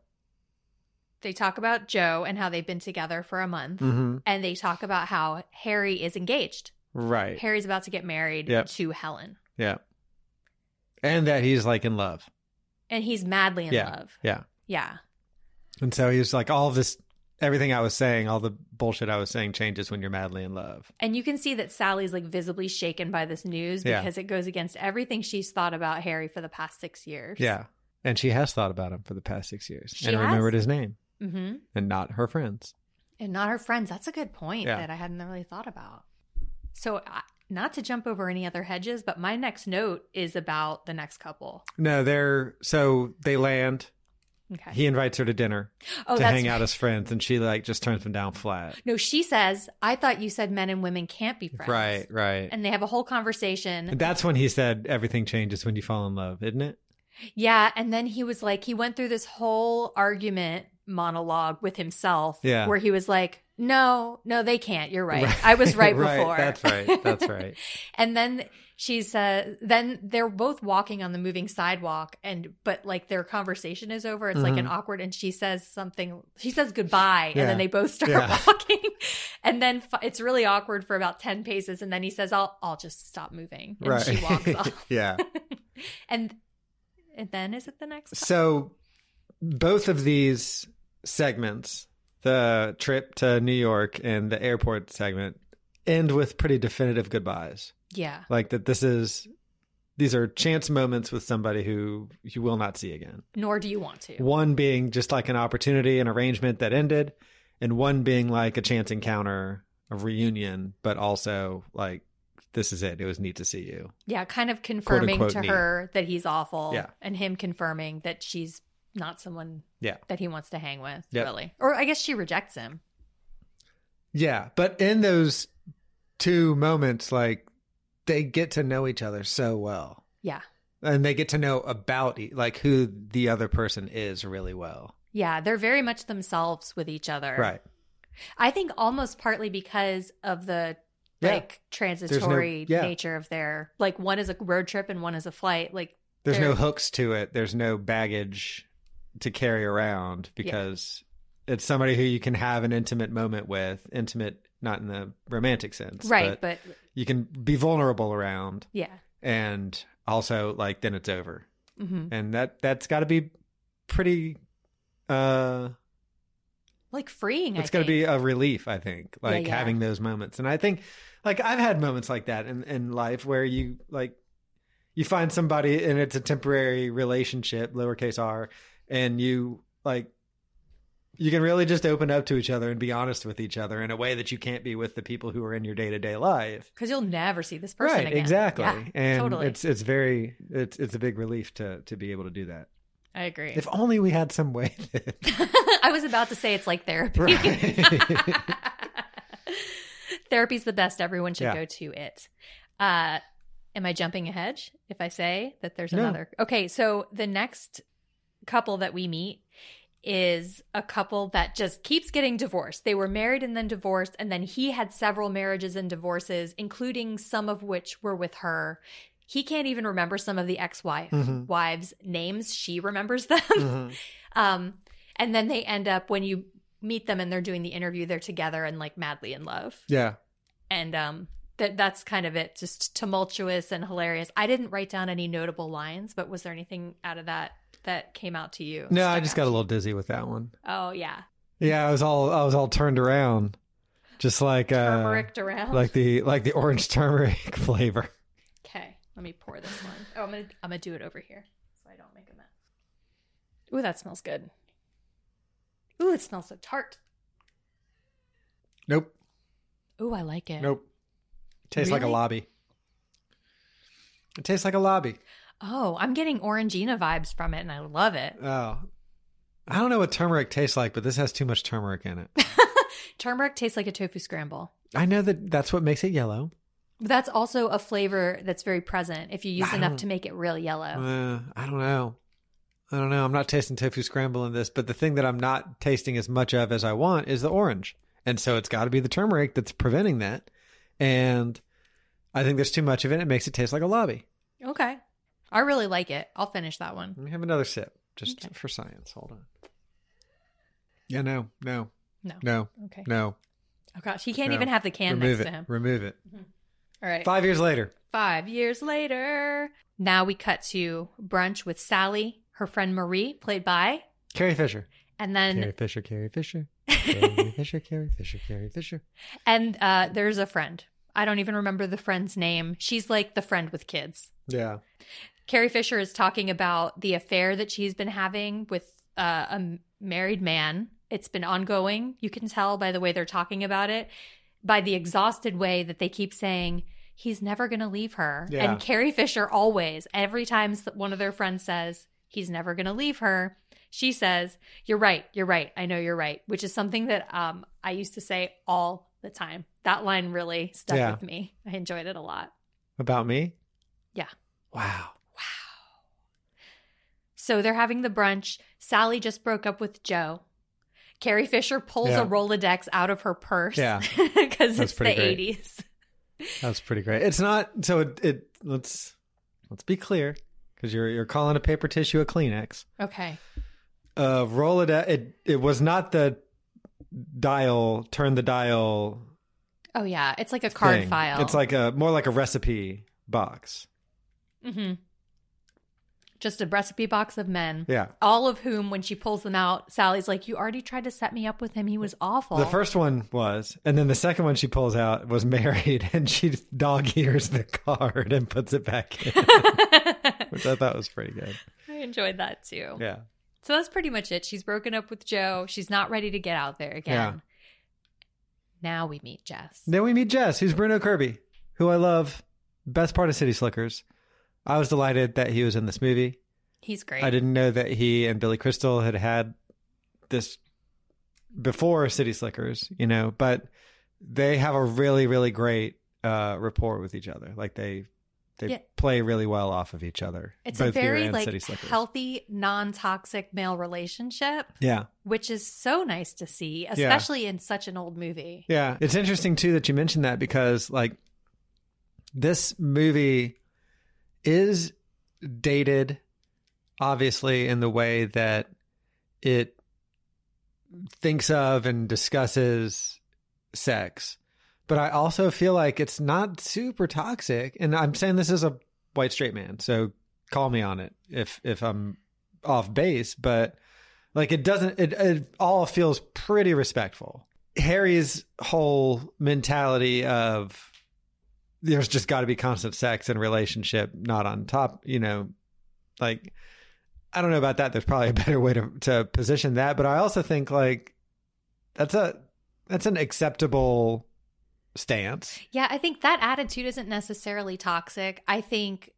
They talk about Joe and how they've been together for a month.
hmm
And they talk about how Harry is engaged.
Right.
Harry's about to get married
Yep.
to Helen.
Yeah. And that he's like in love.
And he's madly in
yeah.
love.
Yeah.
Yeah.
And so he was like, all this, everything I was saying, all the bullshit I was saying changes when you're madly in love.
And you can see that Sally's like visibly shaken by this news
Yeah.
because it goes against everything she's thought about Harry for the past six years.
Yeah. And she has thought about him for the past six years
She
and
has?
remembered his name
hmm
and not her friends.
And not her friends. That's a good point
Yeah.
that I hadn't really thought about. So, I not to jump over any other hedges, but my next note is about the next couple.
No, they're so they land.
Okay.
He invites her to dinner
oh,
to
that's
hang
right.
out as friends, and she like just turns him down flat.
No, she says, I thought you said men and women can't be friends.
Right, right. And,
And they have a whole conversation.
[LAUGHS] that's when he said everything changes when you fall in love, isn't it?
yeah. And then he was like, he went through this whole argument monologue with himself
Yeah.
where he was like, no, no, they can't. You're right. I
[LAUGHS]
was right before.
That's right. That's right.
and then she says, then they're both walking on the moving sidewalk. And, but like their conversation is over. It's like an awkward, and she says something, she says goodbye.
Mm-hmm. Yeah.
And then they both start
Yeah.
[LAUGHS] walking. And then fi- it's really awkward for about 10 paces. And then he says, I'll, I'll just stop moving. [LAUGHS] And
right.
she
[LAUGHS]
walks off.
yeah.
And, and then is it the next?
So both of these segments, the trip to New York and the airport segment, end with pretty definitive goodbyes.
yeah.
Like that this is these are chance moments with somebody who you will not see again.
Nor do you want to.
One being just like an opportunity, an arrangement that ended, and one being like a chance encounter, a reunion, but also like this is it. It was neat to see you.
Yeah. Kind of confirming
unquote
to
me.
her that he's awful.
Yeah.
And him confirming that she's not someone
Yeah.
that he wants to hang with,
Yep.
really. Or I guess she rejects him.
Yeah, but in those two moments, like they get to know each other so well,
Yeah.
and they get to know about e- like who the other person is really well.
Yeah. They're very much themselves with each other.
Right.
I think almost partly because of the
Yeah.
like transitory
yeah.
nature of their like one is a road trip and one is a flight. Like
There's no
They're-
hooks to it. There's no baggage to carry around because it's somebody who you can have an intimate moment with. Intimate, not in the romantic sense,
right, but,
you can be vulnerable around,
yeah.
and also like then it's over.
hmm
and that that's got to be pretty uh
Like freeing.
it's
I
got to be
think.
a relief i think like
yeah.
having those moments and i think like i've had moments like that in in life where you like you find somebody and it's a temporary relationship, lowercase r, and you like you can really just open up to each other and be honest with each other in a way that you can't be with the people who are in your day to day life.
because you'll never see this person
right,
again.
exactly.
Yeah,
and
totally.
it's it's very it's it's a big relief to to be able to do that.
I agree.
If only we had some way [LAUGHS] that
[LAUGHS] I was about to say it's like therapy.
Right.
[LAUGHS] Therapy's the best. Everyone should
Yeah.
go to it. Uh, am I jumping ahead if I say that there's
No.
another? Okay, so the next couple that we meet is a couple that just keeps getting divorced. They were married and then divorced, and then he had several marriages and divorces, including some of which were with her. He can't even remember some of the ex
Mhm.
wives' names. She remembers them.
Mhm.
Um, and then they end up when you meet them and they're doing the interview, they're together and like madly in love.
Yeah.
And um, that that's kind of it, just tumultuous and hilarious. I didn't write down any notable lines, but was there anything out of that that came out to you?
No, I
Stuck
just
out?
got a little dizzy with that one.
Oh yeah,
Yeah, I was all I was all turned around, just like uh,
turmeric around.
like the like the orange [LAUGHS] turmeric flavor.
okay, let me pour this one. Oh, I'm gonna I'm gonna do it over here so I don't make a mess. Ooh, that smells good. Ooh, it smells so tart.
Nope,
Ooh, I like it.
nope. Tastes like a
Really?
lobby. It tastes like a lobby.
Oh, I'm getting Orangina vibes from it, and I love it.
Oh, I don't know what turmeric tastes like, but this has too much turmeric in it.
Turmeric tastes like a tofu scramble.
[LAUGHS] I know that that's what makes it yellow.
But that's also a flavor that's very present if you use
I
enough
don't-
to make it real yellow.
Uh, I don't know. I don't know. I'm not tasting tofu scramble in this, but the thing that I'm not tasting as much of as I want is the orange. And so it's got to be the turmeric that's preventing that. And I think there's too much of it. It makes it taste like a lobby.
Okay. I really like it. I'll finish that one.
Let me have another sip just
Okay.
for science. Hold on. Yeah, no, no,
No.
no,
Okay.
no.
Oh gosh, he can't
no.
even have the can
Remove
next
it.
to him.
Remove it.
All right.
Five years later.
Five years later. Now we cut to brunch with Sally, her friend Marie, played by,
Carrie Fisher.
and then
Carrie Fisher, Carrie
[LAUGHS]
Fisher. Carrie Fisher, Carrie Fisher, Carrie Fisher.
and uh, there's a friend. I don't even remember the friend's name. She's like the friend with kids.
Yeah.
Carrie Fisher is talking about the affair that she's been having with uh, a m- married man. It's been ongoing. You can tell by the way they're talking about it, by the exhausted way that they keep saying, he's never going to leave her.
Yeah.
And Carrie Fisher always, every time s- one of their friends says, he's never going to leave her, she says, you're right, you're right, I know you're right, which is something that um, I used to say all the time. That line really stuck
Yeah.
with me. I enjoyed it a lot.
About me?
Yeah.
Wow.
So they're having the brunch. Sally just broke up with Joe. Carrie Fisher pulls
Yeah.
a Rolodex out of her purse. [LAUGHS]
Yeah.
Because
That's
it's the
pretty great.
80s.
That's pretty great. It's not so it, it let's let's be clear because you're you're calling a paper tissue a Kleenex.
Okay.
Uh Rolodex it it was not the dial turn the dial
Oh, yeah. It's like a card
thing.
file.
It's like a more like a recipe box.
hmm just a recipe box of men.
Yeah.
All of whom, when she pulls them out, Sally's like, You already tried to set me up with him. He was awful.
The first one was, and then the second one she pulls out was [LAUGHS] married, and she dog ears the card and puts it back
[LAUGHS]
in, which I thought was pretty good.
I enjoyed that too.
Yeah,
So that's pretty much it. She's broken up with Joe. She's not ready to get out there again.
Yeah.
Now we meet Jess.
Then we meet Jess, who's Bruno Kirby, who I love. Best part of City Slickers. I was delighted that he was in this movie.
He's great.
I didn't know that he and Billy Crystal had had this before City Slickers, you know, but they have a really, really great uh, rapport with each other. Like they they
Yeah.
play really well off of each other.
It's a
both here
very
and
like
City Slickers.
healthy, non-toxic male relationship,
Yeah.
which is so nice to see, especially in such an old movie.
Yeah. It's interesting too that you mentioned that because like this movie is dated obviously in the way that it thinks of and discusses sex. But I also feel like it's not super toxic and I'm saying this is a white straight man. So call me on it if if I'm off base, but like it doesn't it, it all feels pretty respectful. Harry's whole mentality of there's just got to be constant sex and relationship, not on top. You know, like I don't know about that. There's probably a better way to to position that, but I also think like that's a that's an acceptable stance.
Yeah, I think that attitude isn't necessarily toxic. I think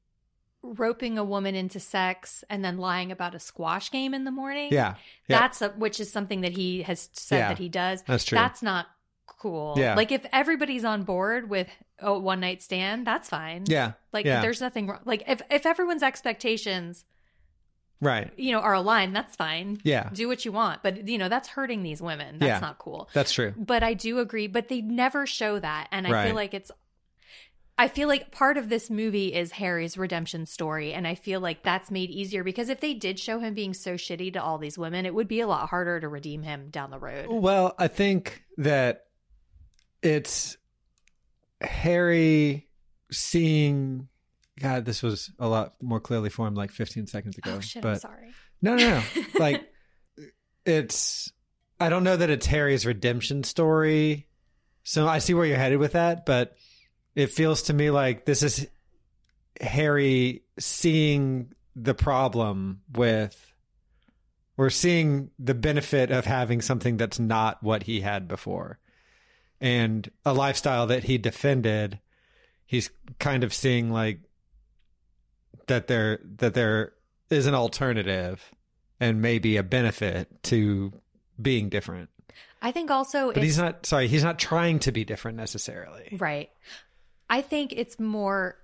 roping a woman into sex and then lying about a squash game in the morning.
Yeah, yeah.
That's a, which is something that he has said
Yeah,
that he does.
that's true.
That's not cool.
Yeah.
Like if everybody's on board with a one night stand, that's fine.
yeah,
Like
yeah,
there's nothing wrong. Like if if everyone's expectations,
right.
you know, are aligned, that's fine.
Yeah.
Do what you want, but you know, that's hurting these women. That's
Yeah.
not cool.
That's true.
But I do agree, but they never show that. And I
Right.
feel like it's I feel like part of this movie is Harry's redemption story. And I feel like that's made easier because if they did show him being so shitty to all these women, it would be a lot harder to redeem him down the road.
Well, I think that it's Harry seeing. God, this was a lot more clearly formed like 15 seconds ago.
oh shit,
but
I'm sorry.
No, no, no. like it's I don't know that it's Harry's redemption story. So I see where you're headed with that, but it feels to me like this is Harry seeing the problem with we're seeing the benefit of having something that's not what he had before. And a lifestyle that he defended, he's kind of seeing like that there that there is an alternative and maybe a benefit to being different.
I think also
But
it's
he's not sorry, he's not trying to be different necessarily.
Right. I think it's more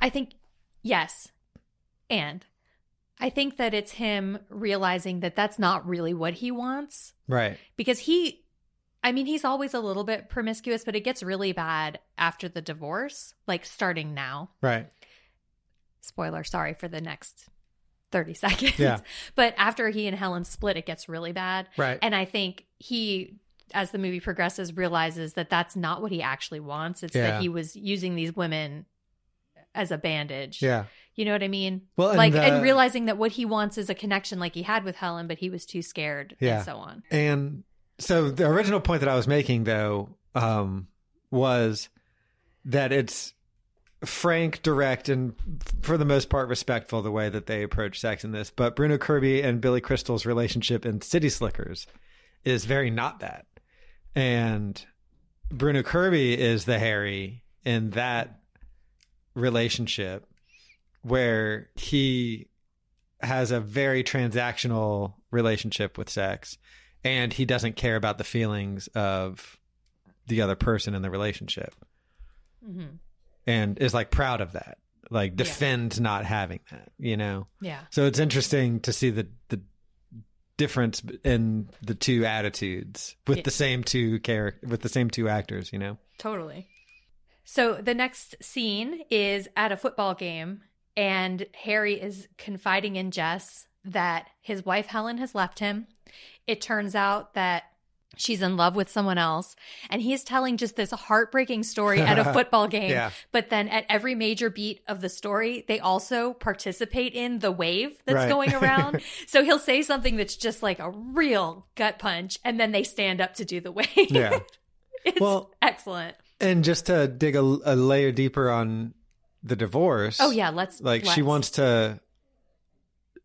I think yes. And I think that it's him realizing that that's not really what he wants
Right.
because he I mean he's always a little bit promiscuous but it gets really bad after the divorce, like starting now.
Right.
Spoiler, sorry for the next 30 [LAUGHS] seconds.
Yeah.
But after he and Helen split it gets really bad.
Right.
And I think he, as the movie progresses, realizes that that's not what he actually wants. It's
Yeah.
that he was using these women as a bandage.
yeah.
You know what I mean?
Well, and
like, and,
the-
realizing that what he wants is a connection like he had with Helen, but he was too scared
Yeah.
and so on.
And so the original point that I was making though um was that it's frank, direct and f- for the most part respectful the way that they approach sex in this, but Bruno Kirby and Billy Crystal's relationship in City Slickers is very not that. And Bruno Kirby is the Harry in that relationship where he has a very transactional relationship with sex and he doesn't care about the feelings of the other person in the relationship
Mhm.
and is like proud of that like defends not having that you know
Yeah.
so it's interesting to see the the difference in the two attitudes with
Yeah.
the same two character with the same two actors you know
Totally. So the next scene is at a football game, and Harry is confiding in Jess that his wife Helen has left him. It turns out that she's in love with someone else, and he is telling just this heartbreaking story at
[LAUGHS]
a football game.
Yeah.
But then at every major beat of the story, they also participate in the wave that's
Right.
going
[LAUGHS]
around. so he'll say something that's just like a real gut punch, and then they stand up to do the wave.
yeah
[LAUGHS] it's
Well-
excellent.
[LAUGHS] and just to dig a, a layer deeper on the divorce
Oh yeah, let's
like she
let's.
wants to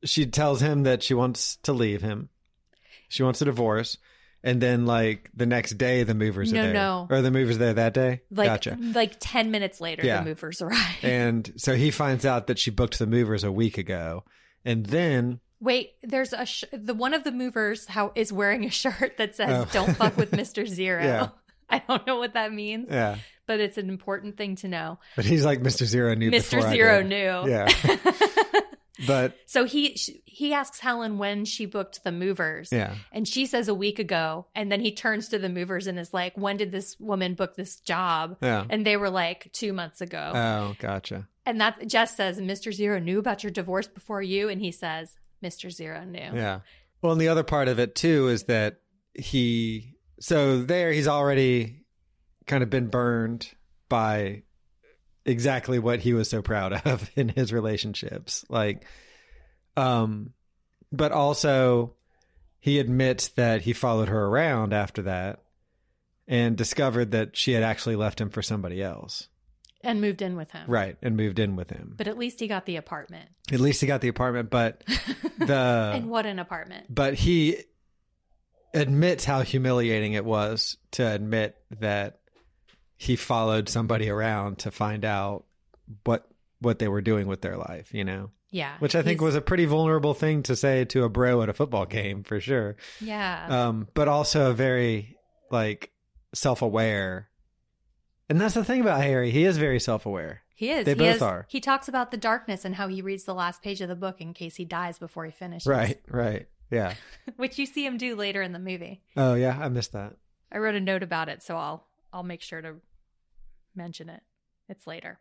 she tells him that she wants to leave him she wants a divorce and then like the next day the movers
No,
are there
no.
or the movers there that day
like
gotcha
like ten minutes later
Yeah.
the movers arrive.
and so he finds out that she booked the movers a week ago and then
Wait, there's a sh- the one of the movers how is wearing a shirt that says
Oh.
"Don't fuck with
[LAUGHS]
Mister Zero."
Yeah.
[LAUGHS] I don't know what that means,
yeah
but it's an important thing to know.
but he's like mr zero knew
Mister
before I
Zero
did.
knew.
yeah
[LAUGHS]
but
so he sh- he asks Helen when she booked the movers.
yeah
And she says a week ago, and then he turns to the movers and is like, "When did this woman book this job?"
Yeah.
And they were like, two months ago."
oh gotcha
And that Jess says, Mr. Zero knew about your divorce before you. And he says, Mr. Zero knew.
Yeah. Well, and the other part of it too is that he so there he's already kind of been burned by exactly what he was so proud [LAUGHS] of in his relationships. Like um but also he admits that he followed her around after that and discovered that she had actually left him for somebody else.
and moved in with him.
right, and moved in with him.
But at least he got the apartment.
At least he got the apartment, but
and
the
what an apartment.
but he admits how humiliating it was to admit that he followed somebody around to find out what what they were doing with their life, you know.
Yeah.
Which I think
He's-
was a pretty vulnerable thing to say to a bro at a football game for sure.
Yeah.
um, but also a very like self-aware. And that's the thing about Harry; he is very self-aware.
He is.
They
he
both
is-
are.
He talks about the darkness and how he reads the last page of the book in case he dies before he finishes.
Right, right, yeah.
[LAUGHS] Which you see him do later in the movie.
Oh yeah, I missed that.
I wrote a note about it, so I'll I'll make sure to mention it. It's later.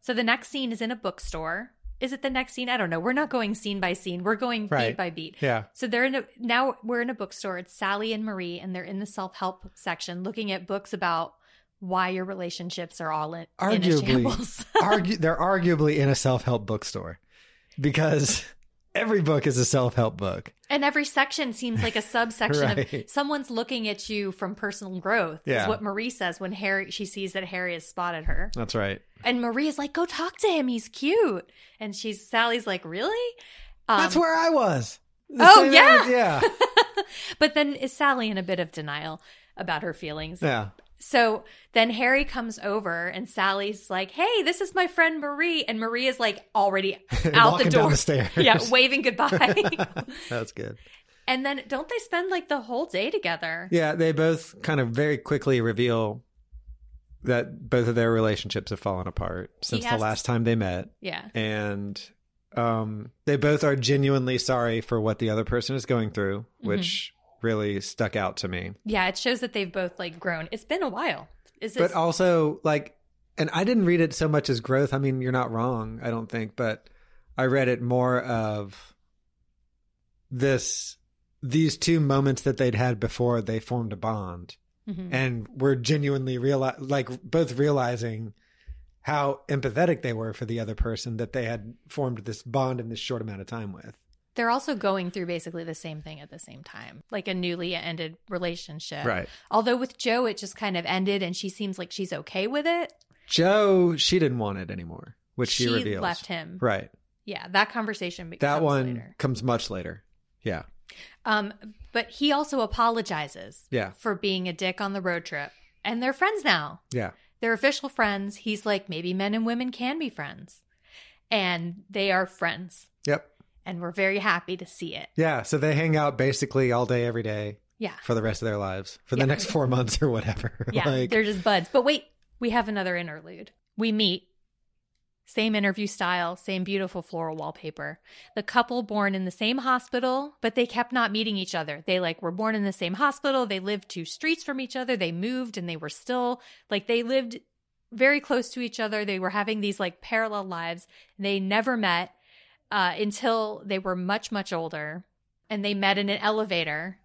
So the next scene is in a bookstore. Is it the next scene? I don't know. We're not going scene by scene. We're going beat
Right.
by beat.
Yeah,
So they're in a now we're in a bookstore. It's Sally and Marie, and they're in the self help section looking at books about why your relationships are all in, in a shambles. [LAUGHS]
arguably, argu- they're arguably in a self-help bookstore because [LAUGHS] every book is a self-help book.
And every section seems like a subsection of
[LAUGHS] Right.
someone's looking at you from personal growth. Is
Yeah.
what Marie says when Harry she sees that Harry has spotted her.
That's right.
And Marie is like, "Go talk to him. He's cute." And she's Sally's like, "Really?" Um,
that's where I was. The
Oh,
same
yeah.
hours-
[LAUGHS]
yeah,
But then is Sally in a bit of denial about her feelings?
yeah.
So then Harry comes over and Sally's like, "Hey, this is my friend Marie," and Marie is like
[LAUGHS]
already out the
Walking
door,
down the stairs.
yeah, waving
[LAUGHS]
goodbye.
That's good.
and then don't they spend like the whole day together?
Yeah, they both kind of very quickly reveal that both of their relationships have fallen apart since the
has-
last time they met.
Yeah.
And um, they both are genuinely sorry for what the other person is going through,
Mm-hmm.
which really stuck out to me.
Yeah, it shows that they've both like grown. It's been a while. Is this
but also, like, and I didn't read it so much as growth. I mean, you're not wrong, I don't think, but I read it more of this these two moments that they'd had before they formed a bond
Mhm.
and were genuinely reali- like both realizing how empathetic they were for the other person that they had formed this bond in this short amount of time with.
they're also going through basically the same thing at the same time, like a newly ended relationship. Although with Joe, it just kind of ended, and she seems like she's okay with it.
Joe, she didn't want it anymore, which she,
She
reveals.
left him.
Right.
Yeah, that conversation.
That
comes
one
later.
comes much later. Yeah.
Um, but he also apologizes.
Yeah.
For being a dick on the road trip, and they're friends now.
Yeah.
They're official friends. He's like, maybe men and women can be friends, and they are friends,
Yep.
and we're very happy to see it.
Yeah. So they hang out basically all day, every day
Yeah.
for the rest of their lives, for
Yeah.
the next four months or whatever. [LAUGHS]
Yeah,
like,
they're just buds. But wait, we have another interlude. We meet. Same interview style, same beautiful floral wallpaper. The couple born in the same hospital, but they kept not meeting each other. They like were born in the same hospital, they lived two streets from each other, they moved and they were still like they lived very close to each other. They were having these like parallel lives. They never met uh, until they were much, much older. And they met in an elevator.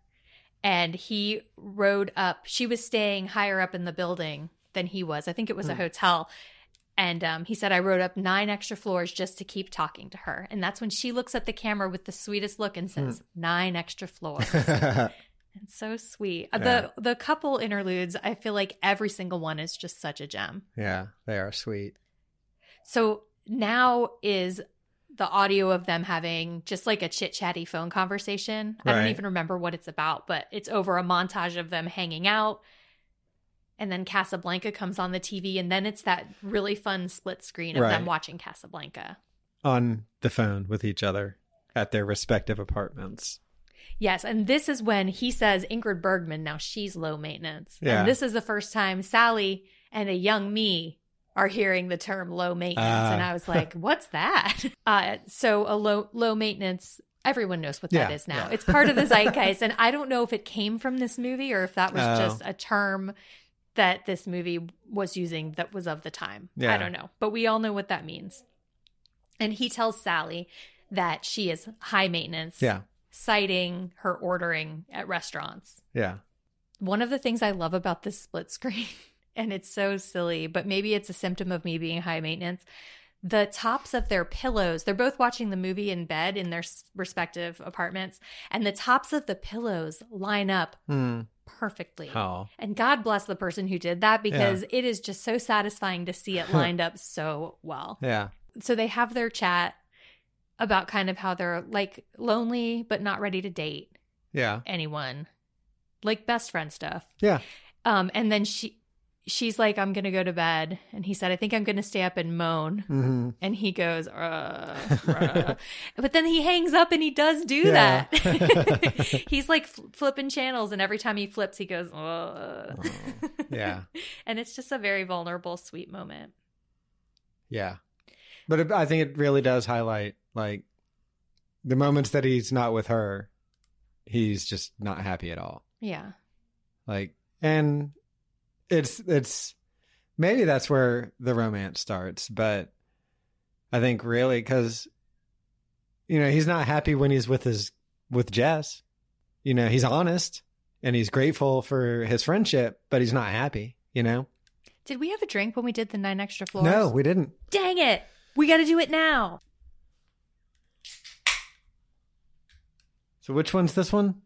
And he rode up. She was staying higher up in the building than he was. I think it was a hotel. And um, he said, I rode up nine extra floors just to keep talking to her. And that's when she looks at the camera with the sweetest look and says, Nine extra floors. It's so sweet. Uh, The the couple interludes, I feel like every single one is just such a gem.
[LAUGHS] yeah, they are sweet.
So now is the audio of them having just like a chit chatty phone conversation. I don't
Right.
even remember what it's about, but it's over a montage of them hanging out. And then Casablanca comes on the TV, and then it's that really fun split screen of them
Right.
watching Casablanca.
On the phone with each other at their respective apartments.
Yes, and this is when he says Ingrid Bergman. Now she's low maintenance,
Yeah.
and this is the first time Sally and a young me are hearing the term low maintenance,
Ah.
and I was
[LAUGHS]
like, "What's that?" [LAUGHS] Uh, so a low low maintenance. Everyone knows what that
Yeah,
is now.
yeah.
It's part
[LAUGHS]
of the zeitgeist, and I don't know if it came from this movie or if that was
Oh.
just a term that this movie was using that was of the time. I
Yeah.
don't know, but we all know what that means. And he tells Sally that she is high maintenance
Yeah.
citing her ordering at restaurants.
Yeah.
One of the things I love about this split screen, [LAUGHS] and it's so silly, but maybe it's a symptom of me being high maintenance. The tops of their pillows, they're both watching the movie in bed in their s- respective apartments, and the tops of the pillows line up
Hmm.
perfectly.
Oh.
And God bless the person who did that because it is just so satisfying to see it lined up so well.
Yeah.
So they have their chat about kind of how they're like lonely but not ready to date
Yeah.
anyone. Like best friend stuff.
Yeah.
Um and then she she's like I'm going to go to bed and he said I think I'm going to stay up and
[LAUGHS]
moan
Mm-hmm.
and he goes uh, uh." but then he hangs up and he does do
Yeah.
that.
[LAUGHS]
[LAUGHS] He's like fl- flipping channels and every time he flips he goes uh.
Oh, yeah.
[LAUGHS] and it's just a very vulnerable sweet moment.
Yeah. But it, I think it really does highlight like the moments that he's not with her, he's just not happy at all.
Yeah.
Like and it's it's maybe that's where the romance starts, but I think really cuz you know, he's not happy when he's with his with Jess. You know, he's honest and he's grateful for his friendship, but he's not happy, you know?
Did we have a drink when we did the nine extra floors?
No, we didn't.
Dang it. We got to do it now.
So which one's this one?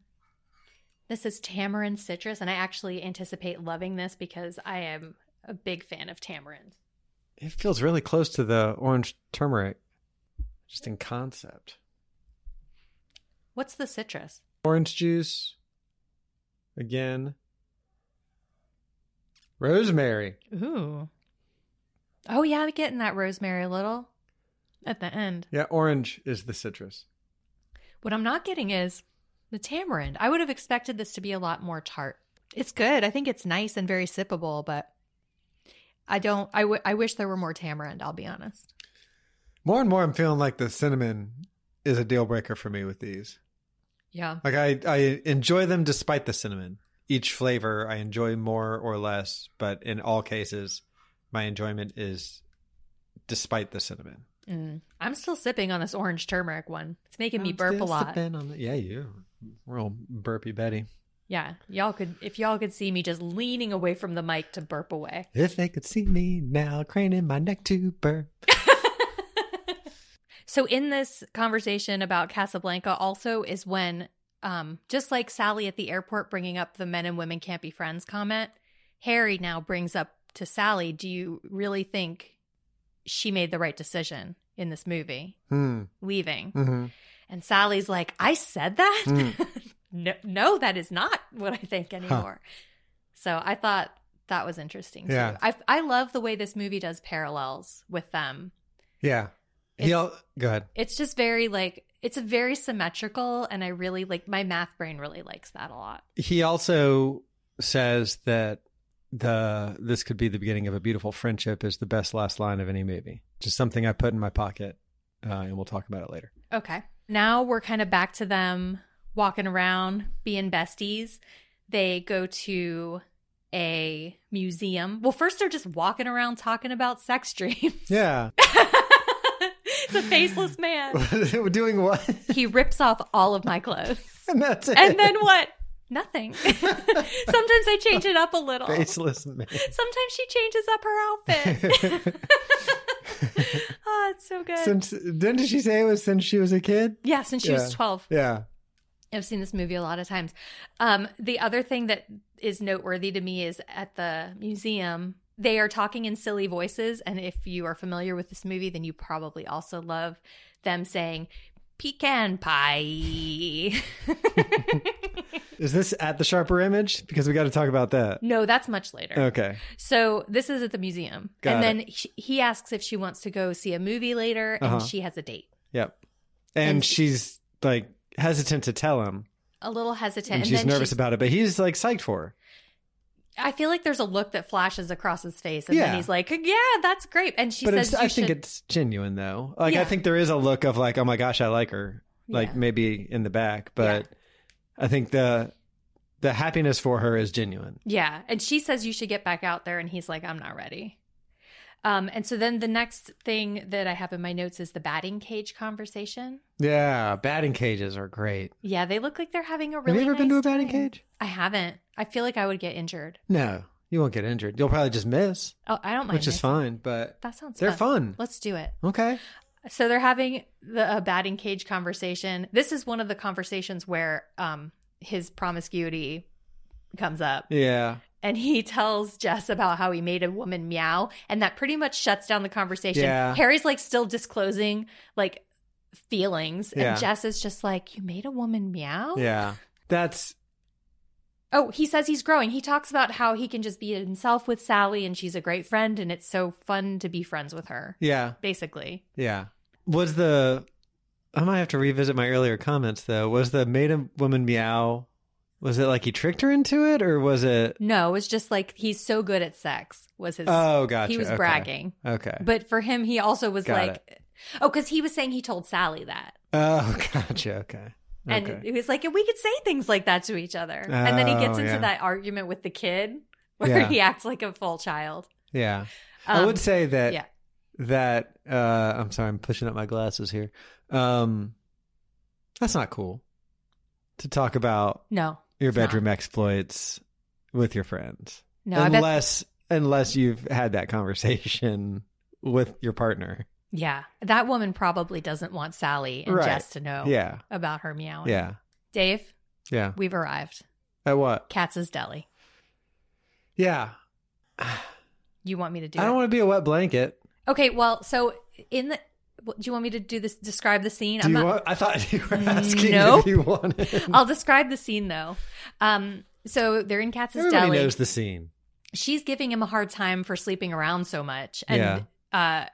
This is tamarind citrus, and I actually anticipate loving this because I am a big fan of tamarind.
It feels really close to the orange turmeric, just in concept.
What's the citrus?
Orange juice, again. Rosemary.
Ooh. Oh, yeah, I'm getting that rosemary a little at the end.
Yeah, orange is the citrus.
What I'm not getting is the tamarind. I would have expected this to be a lot more tart. It's good. I think it's nice and very sippable, but I don't, I, w- I wish there were more tamarind, I'll be honest.
More and more, I'm feeling like the cinnamon is a deal breaker for me with these.
Yeah.
Like I, I enjoy them despite the cinnamon. Each flavor I enjoy more or less, but in all cases, my enjoyment is despite the cinnamon.
Mm. I'm still sipping on this orange turmeric one. It's making me burp a lot.
yeah, you real burpy Betty.
Yeah, y'all could if y'all could see me just leaning away from the mic to burp away.
If they could see me now, craning my neck to burp.
So in this conversation about Casablanca, also is when, um, just like Sally at the airport bringing up the men and women can't be friends comment, Harry now brings up to Sally, "Do you really think she made the right decision in this movie,
Hmm.
leaving?"
hmm
And Sally's like, I said that? [LAUGHS] no, no, that is not what I think anymore. So I thought that was interesting too.
Yeah.
I, I love the way this movie does parallels with them.
Yeah.
It's-
He'll go ahead.
It's just very like, it's a very symmetrical, and I really like my math brain really likes that a lot.
He also says that the this could be the beginning of a beautiful friendship is the best last line of any movie. Just something I put in my pocket, uh, and we'll talk about it later.
Okay. Now we're kind of back to them walking around, being besties. They go to a museum. Well, first they're just walking around talking about sex dreams.
Yeah.
[LAUGHS]
[LAUGHS]
it's a faceless man.
Doing what?
[LAUGHS]
[LAUGHS]
He rips off all of my clothes.
and that's it.
And then what? [LAUGHS] Nothing. Sometimes I change it up a little.
[LAUGHS] faceless man.
Sometimes she changes up her [LAUGHS] outfit. oh, it's so good.
Since didn't she say it was since she was a kid?
yeah, since she was
Yeah.
12.
Yeah.
I've seen this movie a lot of times. Um, the other thing that is noteworthy to me is at the museum, they are talking in silly voices. And if you are familiar with this movie, then you probably also love them saying pecan pie. [LAUGHS]
Is this at the sharper image? Because we got to talk about that.
no, that's much later.
Okay.
So this is at the museum.
Got
and then he- he asks if she wants to go see a movie later, and
Uh-huh.
she has a date.
Yep. And,
And-
she's like hesitant to tell him,
A little hesitant.
and, she's
then
nervous about it, but he's like psyched for her.
I feel like there's a look that flashes across his face, and
Yeah.
then he's like, "Yeah, that's great." And she
but
says,
it's,
"You
I think
should-
it's genuine though. Like I
Yeah.
think there is a look of like, oh my gosh, I like her. Like
Yeah.
maybe in the back, but I think the the happiness for her is genuine.
Yeah. And she says you should get back out there. And he's like, I'm not ready. Um, and so then the next thing that I have in my notes is the batting cage conversation.
Yeah, batting cages are great.
Yeah, they look like they're having a really.
Have you ever been to a
nice
batting
time.
cage?
I haven't. I feel like I would get injured.
No, you won't get injured. You'll probably just miss,
Oh, I don't mind.
which is
this.
fine. But
That sounds.
they're fun.
fun. Let's do it.
okay,
So they're having the a batting cage conversation. This is one of the conversations where um his promiscuity comes up.
Yeah.
and he [LAUGHS] tells Jess about how he made a woman meow, and that pretty much shuts down the conversation.
Yeah.
Harry's like still disclosing like feelings,
Yeah.
and Jess is just like, "You made a woman meow."
Yeah. That's
Oh, he says he's growing. He talks about how he can just be himself with Sally, and she's a great friend, and it's so fun to be friends with her.
yeah.
Basically,
Yeah. Was the I might have to revisit my earlier comments though. Was the made a woman meow was it like he tricked her into it or was it
no, it's just like he's so good at sex. Was his
Oh gotcha.
he was
Okay.
bragging,
Okay.
but for him, he also was
Got
like, oh, because he was saying he told Sally that.
Oh [LAUGHS] gotcha, okay.
And
okay.
he was like, and we could say things like that to each other. and then he gets
Oh,
into
yeah.
that argument with the kid where
Yeah.
he acts like a full child.
yeah. I
Um,
would say that
yeah.
that uh I'm sorry, I'm pushing up my glasses here. Um that's not cool to talk about
No.
your
it's not.
bedroom exploits with your friends.
No, I bet.
unless unless you've had that conversation with your partner.
Yeah. That woman probably doesn't want Sally and
Right.
Jess to know
Yeah.
about her meowing.
Yeah.
Dave,
Yeah.
we've arrived.
At what?
Katz's Deli.
Yeah.
You want me to do
I
it?
don't want to be a wet blanket.
okay. Well, so in the. Do you want me to do this? Describe the scene.
Do you want, I thought [LAUGHS] you were asking
Nope.
if you wanted.
I'll describe the scene though. Um, so they're in Katz's
Everybody
Deli.
knows the scene.
she's giving him a hard time for sleeping around so much and uh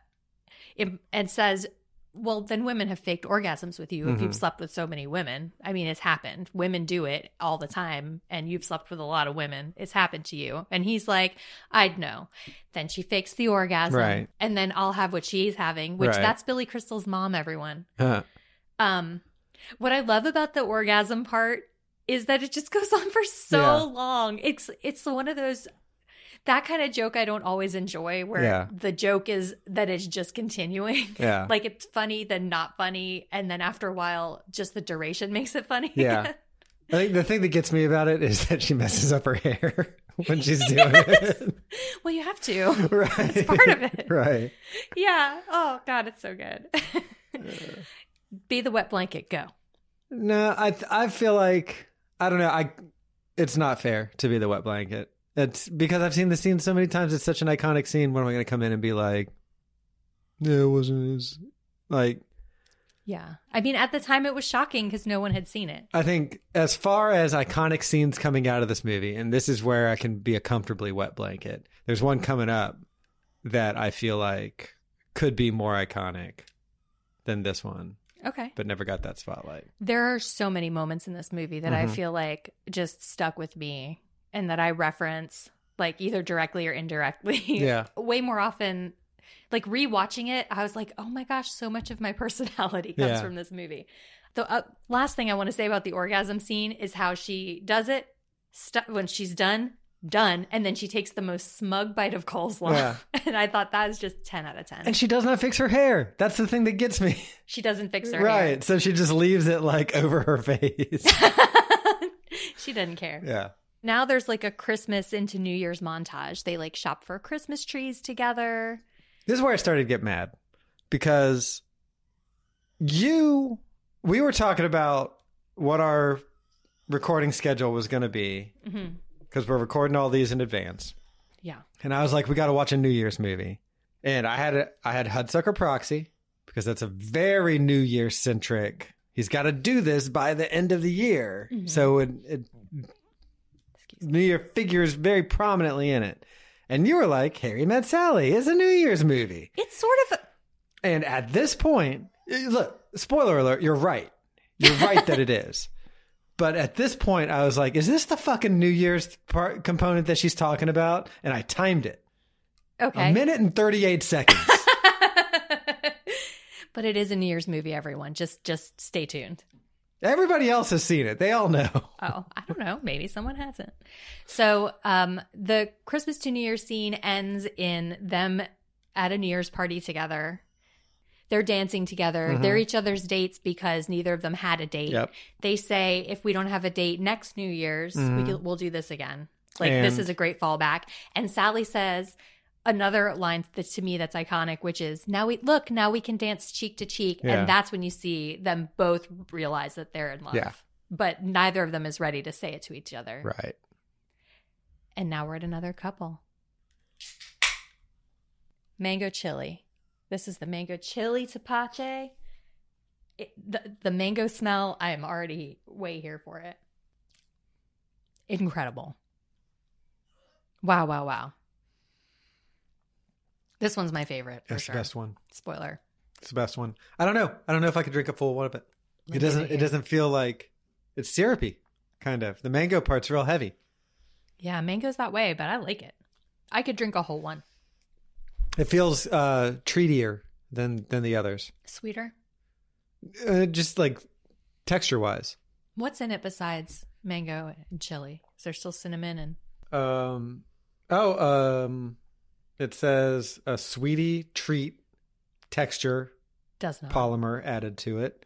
im- and says well then women have faked orgasms with you if
Mhm.
you've slept with so many women i mean it's happened women do it all the time and you've slept with a lot of women it's happened to you and he's like i'd know then she fakes the orgasm
Right.
and then i'll have what she's having which
Right.
that's billy crystal's mom everyone
Huh.
um what i love about the orgasm part is that it just goes on for so
Yeah.
long it's it's one of those that kind of joke i don't always enjoy where
Yeah.
the joke is that it's just continuing
Yeah.
[LAUGHS] like it's funny then not funny and then after a while just the duration [LAUGHS] makes it funny
Yeah. I think the thing that gets me about it is [LAUGHS] that she messes up her hair [LAUGHS] when
[LAUGHS]
she's doing it.
[LAUGHS] well you have to
[LAUGHS] right.
It's part of it.
Right.
yeah oh god it's so
[LAUGHS]
good be the wet blanket go
No, I th- I feel like I don't know. I it's not fair to be the wet blanket. It's because I've seen the scene so many times. It's such an iconic scene. When am I going to come in and be like, "No, it wasn't as like."
yeah i mean at the time it was shocking because no one had seen it
I think as far as iconic scenes coming out of this movie, and this is where I can be a comfortably wet blanket. There's one coming up that I feel like could be more iconic than this one,
okay
but never got that spotlight.
There are so many moments in this movie that
Mm-hmm.
I feel like just stuck with me and that I reference like either directly or indirectly. [LAUGHS]
Yeah.
Way more often like rewatching it, I was like, "Oh my gosh, so much of my [LAUGHS] personality comes
Yeah.
from this movie." The uh, last thing I want to say about the orgasm scene is how she does it stu- when she's done, done, and then she takes the most smug bite of coleslaw.
Yeah.
[LAUGHS] and I thought that was just 10 out of 10.
And she does not fix her hair. That's the thing that gets me.
she doesn't fix her
right.
hair.
So she just leaves it like over
[LAUGHS]
her [LAUGHS] face.
she doesn't care.
yeah.
Now there's like a Christmas into New Year's montage. They like shop for Christmas trees together.
This is where I started to get mad because you, we were talking about what our recording schedule was going to be because we're recording all these in advance.
Yeah.
And I was like, we got to watch a New Year's movie. And I had a, I had Hudsucker Proxy because that's a very New Year centric. He's got to do this by the end of the year. So it, it New Year figures very prominently in it. And you were like, Harry Met Sally is a New Year's movie.
It's sort of
And at this point, eh, look, spoiler alert, you're right. You're right that it is. [LAUGHS] But at this point, I was like, is this the fucking New Year's part component that she's talking about? And I timed it
okay.
a minute and 38 seconds.
[LAUGHS]
[LAUGHS]
but it is a New Year's movie everyone. Just just stay tuned.
Everybody else has seen it. They all know.
Oh, I don't know. Maybe someone hasn't. So, um, the Christmas to New Year's scene ends in them at a New Year's party together. They're dancing together. They're each other's dates because neither of them had a date.
Mm-hmm. Yep.
They say, if we don't have a date next New Year's, we can, we'll do this again. Like, this
Mm-hmm. And-
is a great fallback. And Sally says, another line that to me that's iconic which is now we look now we can dance cheek to cheek
Yeah.
and that's when you see them both realize that they're in love
Yeah.
but neither of them is ready to say it to each other
[LAUGHS] Right.
And now we're at another couple. Mango chili. This is the mango chili tapache. It, the, the mango smell, I am already way here for it. Incredible. Wow, wow, wow. This one's my favorite. For
That's
sure.
the best one.
Spoiler.
It's the best one. I don't know. I don't know if I could drink a full one of it.
Let me
it doesn't.
get
It
here.
doesn't feel like it's syrupy. Kind of. The mango part's real heavy.
Yeah, mango's that way, but I like it. I could drink a whole one.
It feels uh treatier than than the others.
Sweeter.
Uh, just like texture wise.
What's in it besides mango and chili? Is there still cinnamon and
Um. Oh. Um. It says a sweetie treat texture
does not?
polymer added to it.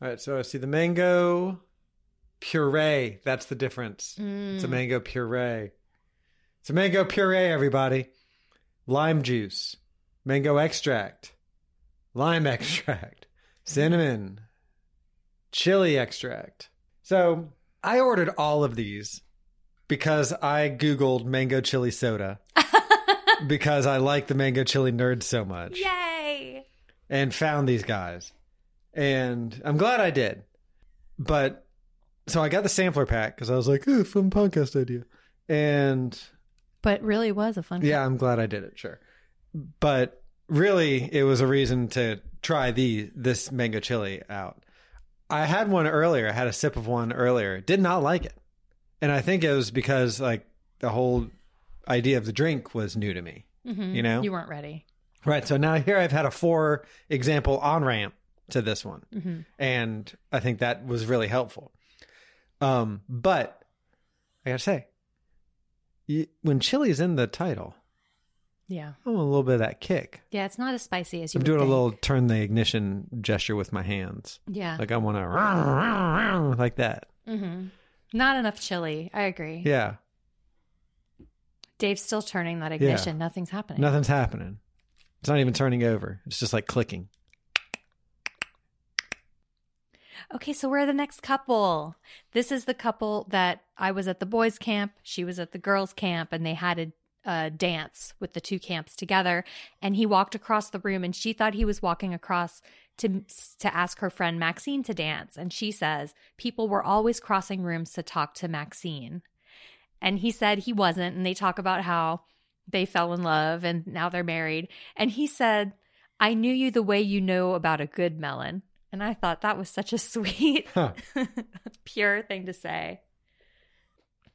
All right, so I see the mango puree. That's the difference. It's a mango puree. It's a mango puree, everybody. Lime juice, mango extract, lime [LAUGHS] extract, cinnamon, chili extract. So I ordered all of these because I Googled mango chili soda because I like the mango chili nerd so much
Yay!
and found these guys. And I'm glad I did. But so I got the sampler pack because I was like, ooh, fun podcast idea. And
But really was a fun.
yeah, I'm glad I did it, sure. But really, it was a reason to try the this mango chili out. I had one earlier. I had a sip of one earlier. Did not like it. And I think it was because like the whole idea of the drink was new to me. You know?
Mm-hmm. You weren't ready.
Right. So now here I've had a four example on ramp to this one.
Mm-hmm.
And I think that was really helpful. Um, but I got to say, y- when chili's in the title,
Yeah.
I want a little bit of that kick.
Yeah, it's not as spicy as you.
I'm
would
doing
think.
a little turn the ignition gesture with my hands.
Yeah. Mm-hmm.
Like I want to, like that.
not enough chili. I agree.
Yeah.
Dave's still turning that ignition. Nothing's happening.
Nothing's happening. It's not even turning over. It's just like clicking.
Okay, so we're the next couple. This is the couple that I was at the boys' camp, she was at the girls' camp, and they had a, a dance with the two camps together. And he walked across the room, and she thought he was walking across to to ask her friend Maxine to dance. And she says people were always crossing rooms to talk to Maxine, and he said he wasn't. And they talk about how they fell in love and now they're married. And he said, "I knew you the way you know about a good melon." And I thought that was such a [LAUGHS] sweet
Huh.
pure thing to say.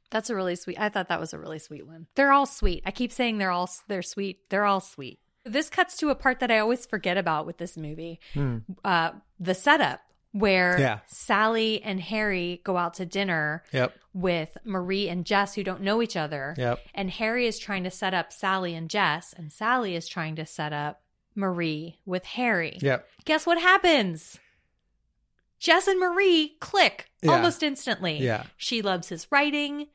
That's a really sweet. I thought that was a really sweet one. They're all sweet. I keep saying they're all they're sweet. They're all sweet. This cuts to a part that I always forget about with this movie. Uh, the setup where
Hmm. Yeah.
Sally and Harry go out to dinner
Yep.
with Marie and Jess who don't know each other.
Yep.
And Harry is trying to set up Sally and Jess and Sally is trying to set up Marie with Harry.
Yep.
Guess what happens? Jess and Marie click
Yeah.
almost instantly.
Yeah.
She loves his writing.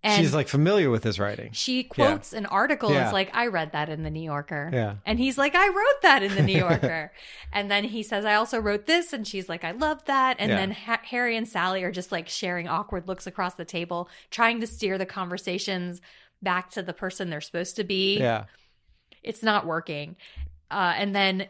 And
She's like familiar with his writing.
she quotes an article and
Yeah.
is like, I read that in the New Yorker.
Yeah.
And he's like, I wrote that in the
[LAUGHS]
New Yorker. and then he says, I also wrote this. And she's like, I love that. And
Yeah.
then ha- Harry and Sally are just like sharing awkward looks across the table, trying to steer the conversations back to the person they're supposed to be
Yeah.
it's not working. Uh, and then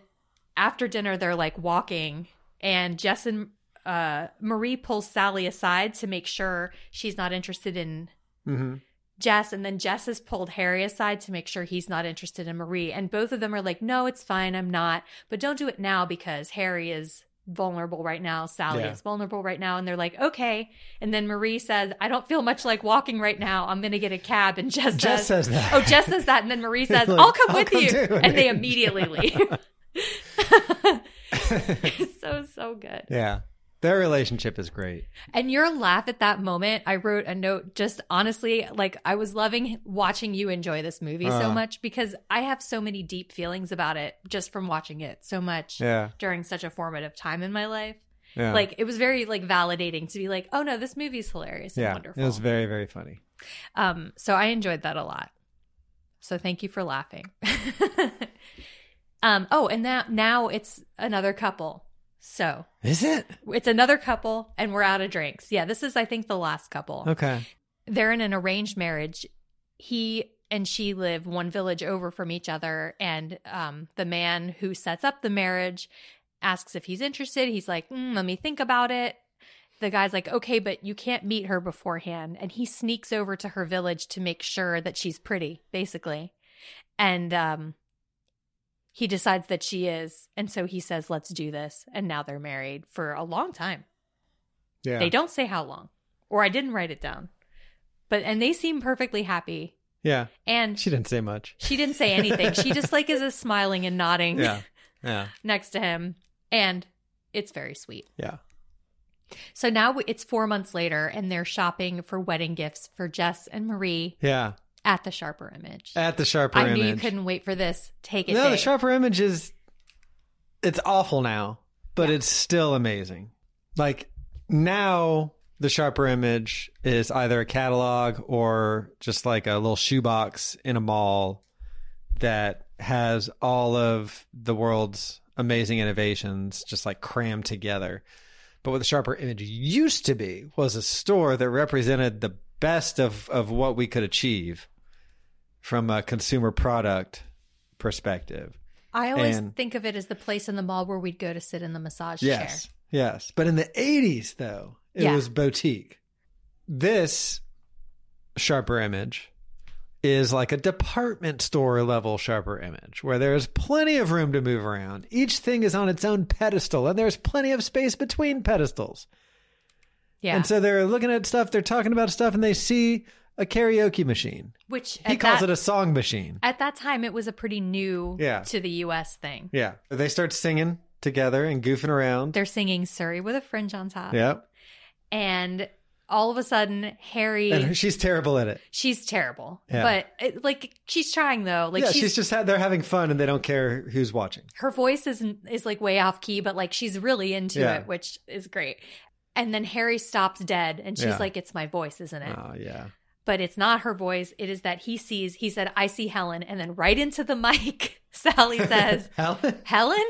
after dinner, they're like walking, and Jess and uh, Marie pulls Sally aside to make sure she's not interested in
Mm-hmm.
Jess. And then Jess has pulled Harry aside to make sure he's not interested in Marie. And both of them are like, no, it's fine. I'm not. But don't do it now because Harry is vulnerable right now. Sally
Yeah.
is vulnerable right now. And they're like, okay. And then Marie says, I don't feel much like walking right now. I'm going to get a cab. And Jess,
Jess says that.
Oh, Jess says that. And then Marie says,
Like,
I'll come
"I'll
with
come
you.
too.
And they immediately leave. [LAUGHS] so, so good.
Yeah. Their relationship is great.
And your laugh at that moment, I wrote a note just honestly, like I was loving watching you enjoy this movie so
Uh.
much because I have so many deep feelings about it just from watching it so much
Yeah.
during such a formative time in my life.
Yeah.
Like it was very like validating to be like, oh no, this movie's hilarious and
yeah.
wonderful.
It was very, very funny.
um, so I enjoyed that a lot. So thank you for laughing. [LAUGHS] um, oh, and now now it's another couple. So
Is it?
it's another couple and we're out of drinks. Yeah, this is I think the last couple.
Okay.
They're in an arranged marriage he and she live one village over from each other and um, the man who sets up the marriage asks if he's interested he's like mm, let me think about it the guy's like okay but you can't meet her beforehand and he sneaks over to her village to make sure that she's pretty basically and um, he decides that she is and so he says let's do this and now they're married for a long time
Yeah.
they don't say how long or i didn't write it down but and they seem perfectly happy
Yeah.
and
She didn't say much.
she didn't say anything. she just like is a smiling and nodding
Yeah. [LAUGHS] Yeah.
[LAUGHS] next to him, and it's very sweet.
Yeah.
So now we- it's four months later, and they're shopping for wedding gifts for Jess and Marie
Yeah.
at the Sharper Image.
At the sharper
I
image.
knew you couldn't wait for this. Take it.
no, the
Dave.
sharper image is it's awful now, but it's still amazing. Like now the sharper image is either a catalog or just like a little shoebox in a mall that has all of the world's amazing innovations just like crammed together. But what the sharper image used to be was a store that represented the best of, of what we could achieve from a consumer product perspective.
I always
and-
think of it as the place in the mall where we'd go to sit in the massage
Yes.
chair.
Yes. But in the 80s, though, it
Yeah.
was boutique. This sharper image is like a department store level sharper image where there's plenty of room to move around. Each thing is on its own pedestal and there's plenty of space between pedestals.
Yeah,
And so they're looking at stuff, they're talking about stuff, and they see a karaoke machine.
which
He
at
calls
that,
it a song machine.
at that time it was a pretty new
Yeah.
to the U.S. thing.
Yeah. They start singing together and goofing around.
They're singing "Surrey with a Fringe on Top."
Yep.
and all of a sudden harry
And she's terrible at it.
she's terrible
Yeah.
but it, like she's trying though like
yeah,
she's,
she's, just had, they're having fun and they don't care who's watching.
her voice is is like way off key but like she's really into
Yeah.
it which is great and then harry stops dead and she's
Yeah.
like it's my voice isn't it
Oh yeah,
but it's not her voice it is that he sees he said i see helen and then right into the mic [LAUGHS] sally says
Helen.
helen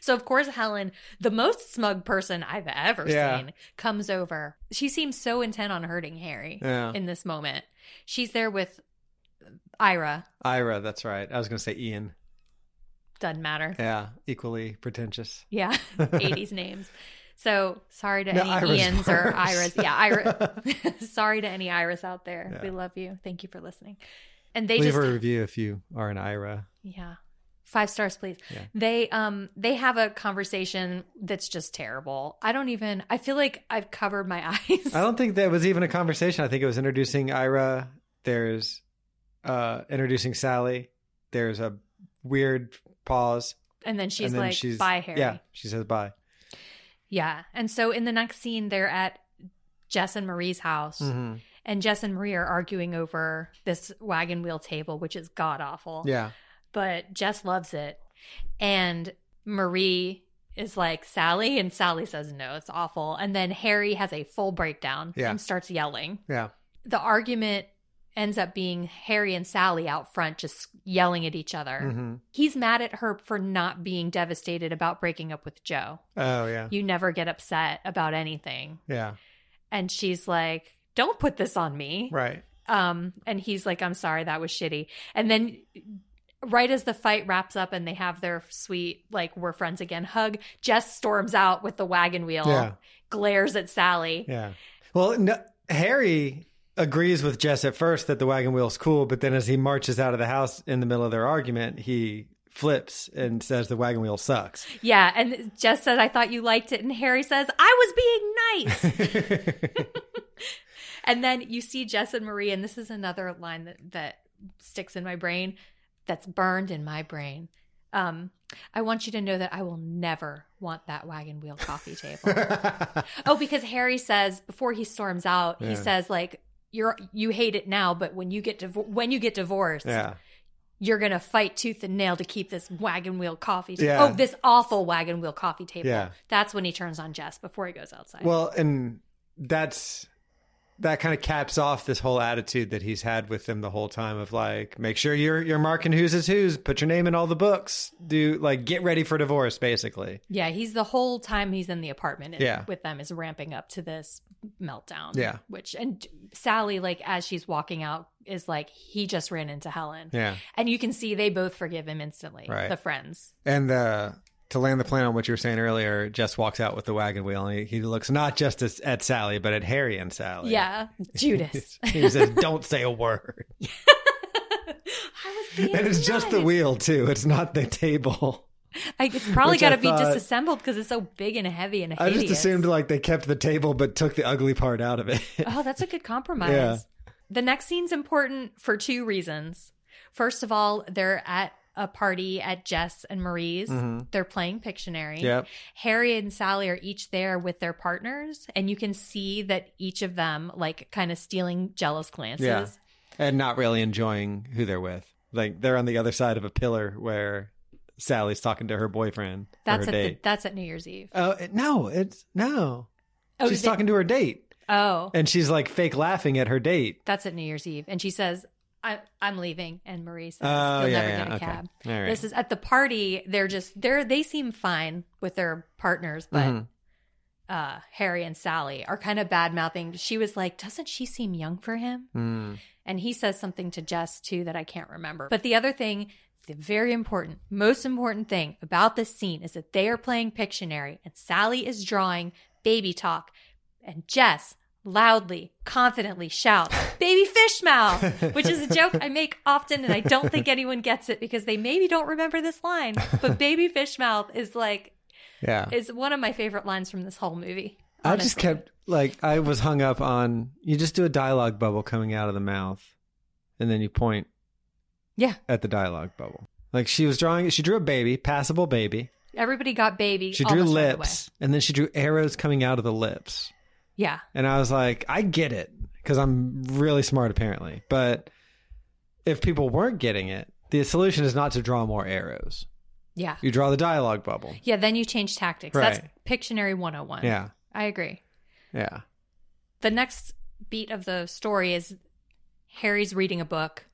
so of course helen the most smug person i've ever
Yeah.
seen comes over she seems so intent on hurting harry
Yeah,
in this moment. She's there with Ira.
[LAUGHS] Ira. That's right. I was gonna say Ian.
Doesn't
[LAUGHS]
matter.
Yeah, equally pretentious.
Yeah, eighties names. So sorry to
No,
any
Ira's
Ian's or
worse.
Iras. Yeah,
[LAUGHS]
Ira. [LAUGHS] sorry to any Iris out there.
Yeah.
We love you. Thank you for listening. And they
Leave
just
a review if you are an Ira.
yeah. Five stars, please.
Yeah.
They um they have a conversation that's just terrible. I don't even. I feel like I've covered my [LAUGHS] eyes.
I don't think that was even a conversation. I think it was introducing Ira. There's uh introducing Sally. There's a weird pause.
and then she's
and then
like,
she's,
"Bye, Harry."
Yeah, she says bye.
Yeah. And so in the next scene, they're at Jess and Marie's house,
Mhm.
and Jess and Marie are arguing over this wagon wheel table, which is god awful.
Yeah,
But Jess loves it. And Marie is like, Sally, and Sally says, no, it's awful. And then Harry has a full breakdown
Yeah.
and starts yelling.
yeah,
The argument ends up being Harry and Sally out front just yelling at each other.
hmm
He's mad at her for not being devastated about breaking up with Joe.
oh yeah,
You never get upset about anything.
yeah,
And she's like, don't put this on me.
right.
Um, and he's like, I'm sorry, that was shitty. And then right as the fight wraps up and they have their sweet, like, we're friends again hug, Jess storms out with the wagon wheel,
Yeah.
glares at Sally.
Yeah. Well, no, Harry agrees with Jess at first that the wagon wheel's cool, but then as he marches out of the house in the middle of their argument, he flips and says the wagon wheel sucks. [LAUGHS]
Yeah. And Jess says, I thought you liked it. And Harry says, I was being nice.
[LAUGHS]
and then you see Jess and Marie, and this is another line that, that sticks in my brain that's burned in my brain. Um, I want you to know that I will never want that wagon wheel coffee table.
[LAUGHS]
Oh, because Harry says before he storms out,
Yeah.
he says like you're you hate it now, but when you get div- when you get divorced,
yeah.
you're gonna fight tooth and nail to keep this wagon wheel coffee. table.
Yeah.
Oh, this awful wagon wheel coffee table.
Yeah.
That's when he turns on Jess before he goes outside.
Well, and that's that kind of caps off this whole attitude that he's had with them the whole time of like, make sure you're you're marking whose is whose, put your name in all the books, do like get ready for divorce, basically.
Yeah, he's the whole time he's in the apartment and
Yeah.
with them is ramping up to this meltdown.
Yeah.
Which and Sally, like as she's walking out, is like, he just ran into Helen.
Yeah.
And you can see they both forgive him instantly.
Right.
The friends.
And uh, to land the plan on what you were saying earlier, Jess walks out with the wagon wheel, and he, he looks not just as, at Sally, but at Harry and Sally. [LAUGHS]
yeah. Judas.
he says, "Don't say
[LAUGHS]
a word."
I was being
And it's just the
nice.
wheel too. It's not the table.
I, it's probably
Which I
got to be
thought-
disassembled because it's so big and heavy and
I
hideous.
just assumed like they kept the table, but took the ugly part out of it.
[LAUGHS] Oh, that's a good compromise.
Yeah.
The next scene's important for two reasons. First of all, they're at a party at Jess and Marie's. They're playing Pictionary.
Mm-hmm. Yep.
Harry and Sally are each there with their partners, and you can see that each of them, like, kind of stealing jealous glances.
Yeah. and not really enjoying who they're with. Like they're on the other side of a pillar where Sally's talking to her boyfriend. or
That's
her
at the,
date.
that's at New Year's Eve.
oh it- no, it's no.
Oh,
she's
they-
talking to her date,
Oh,
and she's like fake laughing at her date.
that's at New Year's Eve, and she says, I, "I'm leaving," and Marie says,
Oh,
"You'll
yeah,
never
yeah,
get a
okay.
cab."
All right.
This is at the party. They're just they're they seem fine with their partners, but
Mhm.
uh, Harry and Sally are kind of bad mouthing. She was like, "Doesn't she seem young for him?"
Mm.
And he says something to Jess too that I can't remember. But the other thing, the very important, most important thing about this scene is that they are playing Pictionary and Sally is drawing baby talk. And Jess loudly, confidently shouts, Baby fish mouth, which is a joke I make often and I don't think anyone gets it because they maybe don't remember this line. But baby fish mouth is like,
Yeah.
is one of my favorite lines from this whole movie.
I just
honestly.
kept like I was hung up on you just do a dialogue bubble coming out of the mouth and then you point
Yeah.
at the dialogue bubble. Like she was drawing she drew a baby, passable baby.
Everybody got baby.
She drew
almost right
lips and then she drew arrows coming out of the lips.
away. Yeah.
And I was like, I get it because I'm really smart apparently. But if people weren't getting it, the solution is not to draw more arrows.
Yeah.
You draw the dialogue bubble.
Yeah, then you change tactics. That's
Right.
Pictionary 101.
Yeah.
I agree.
Yeah.
The next beat of the story is Harry's reading a book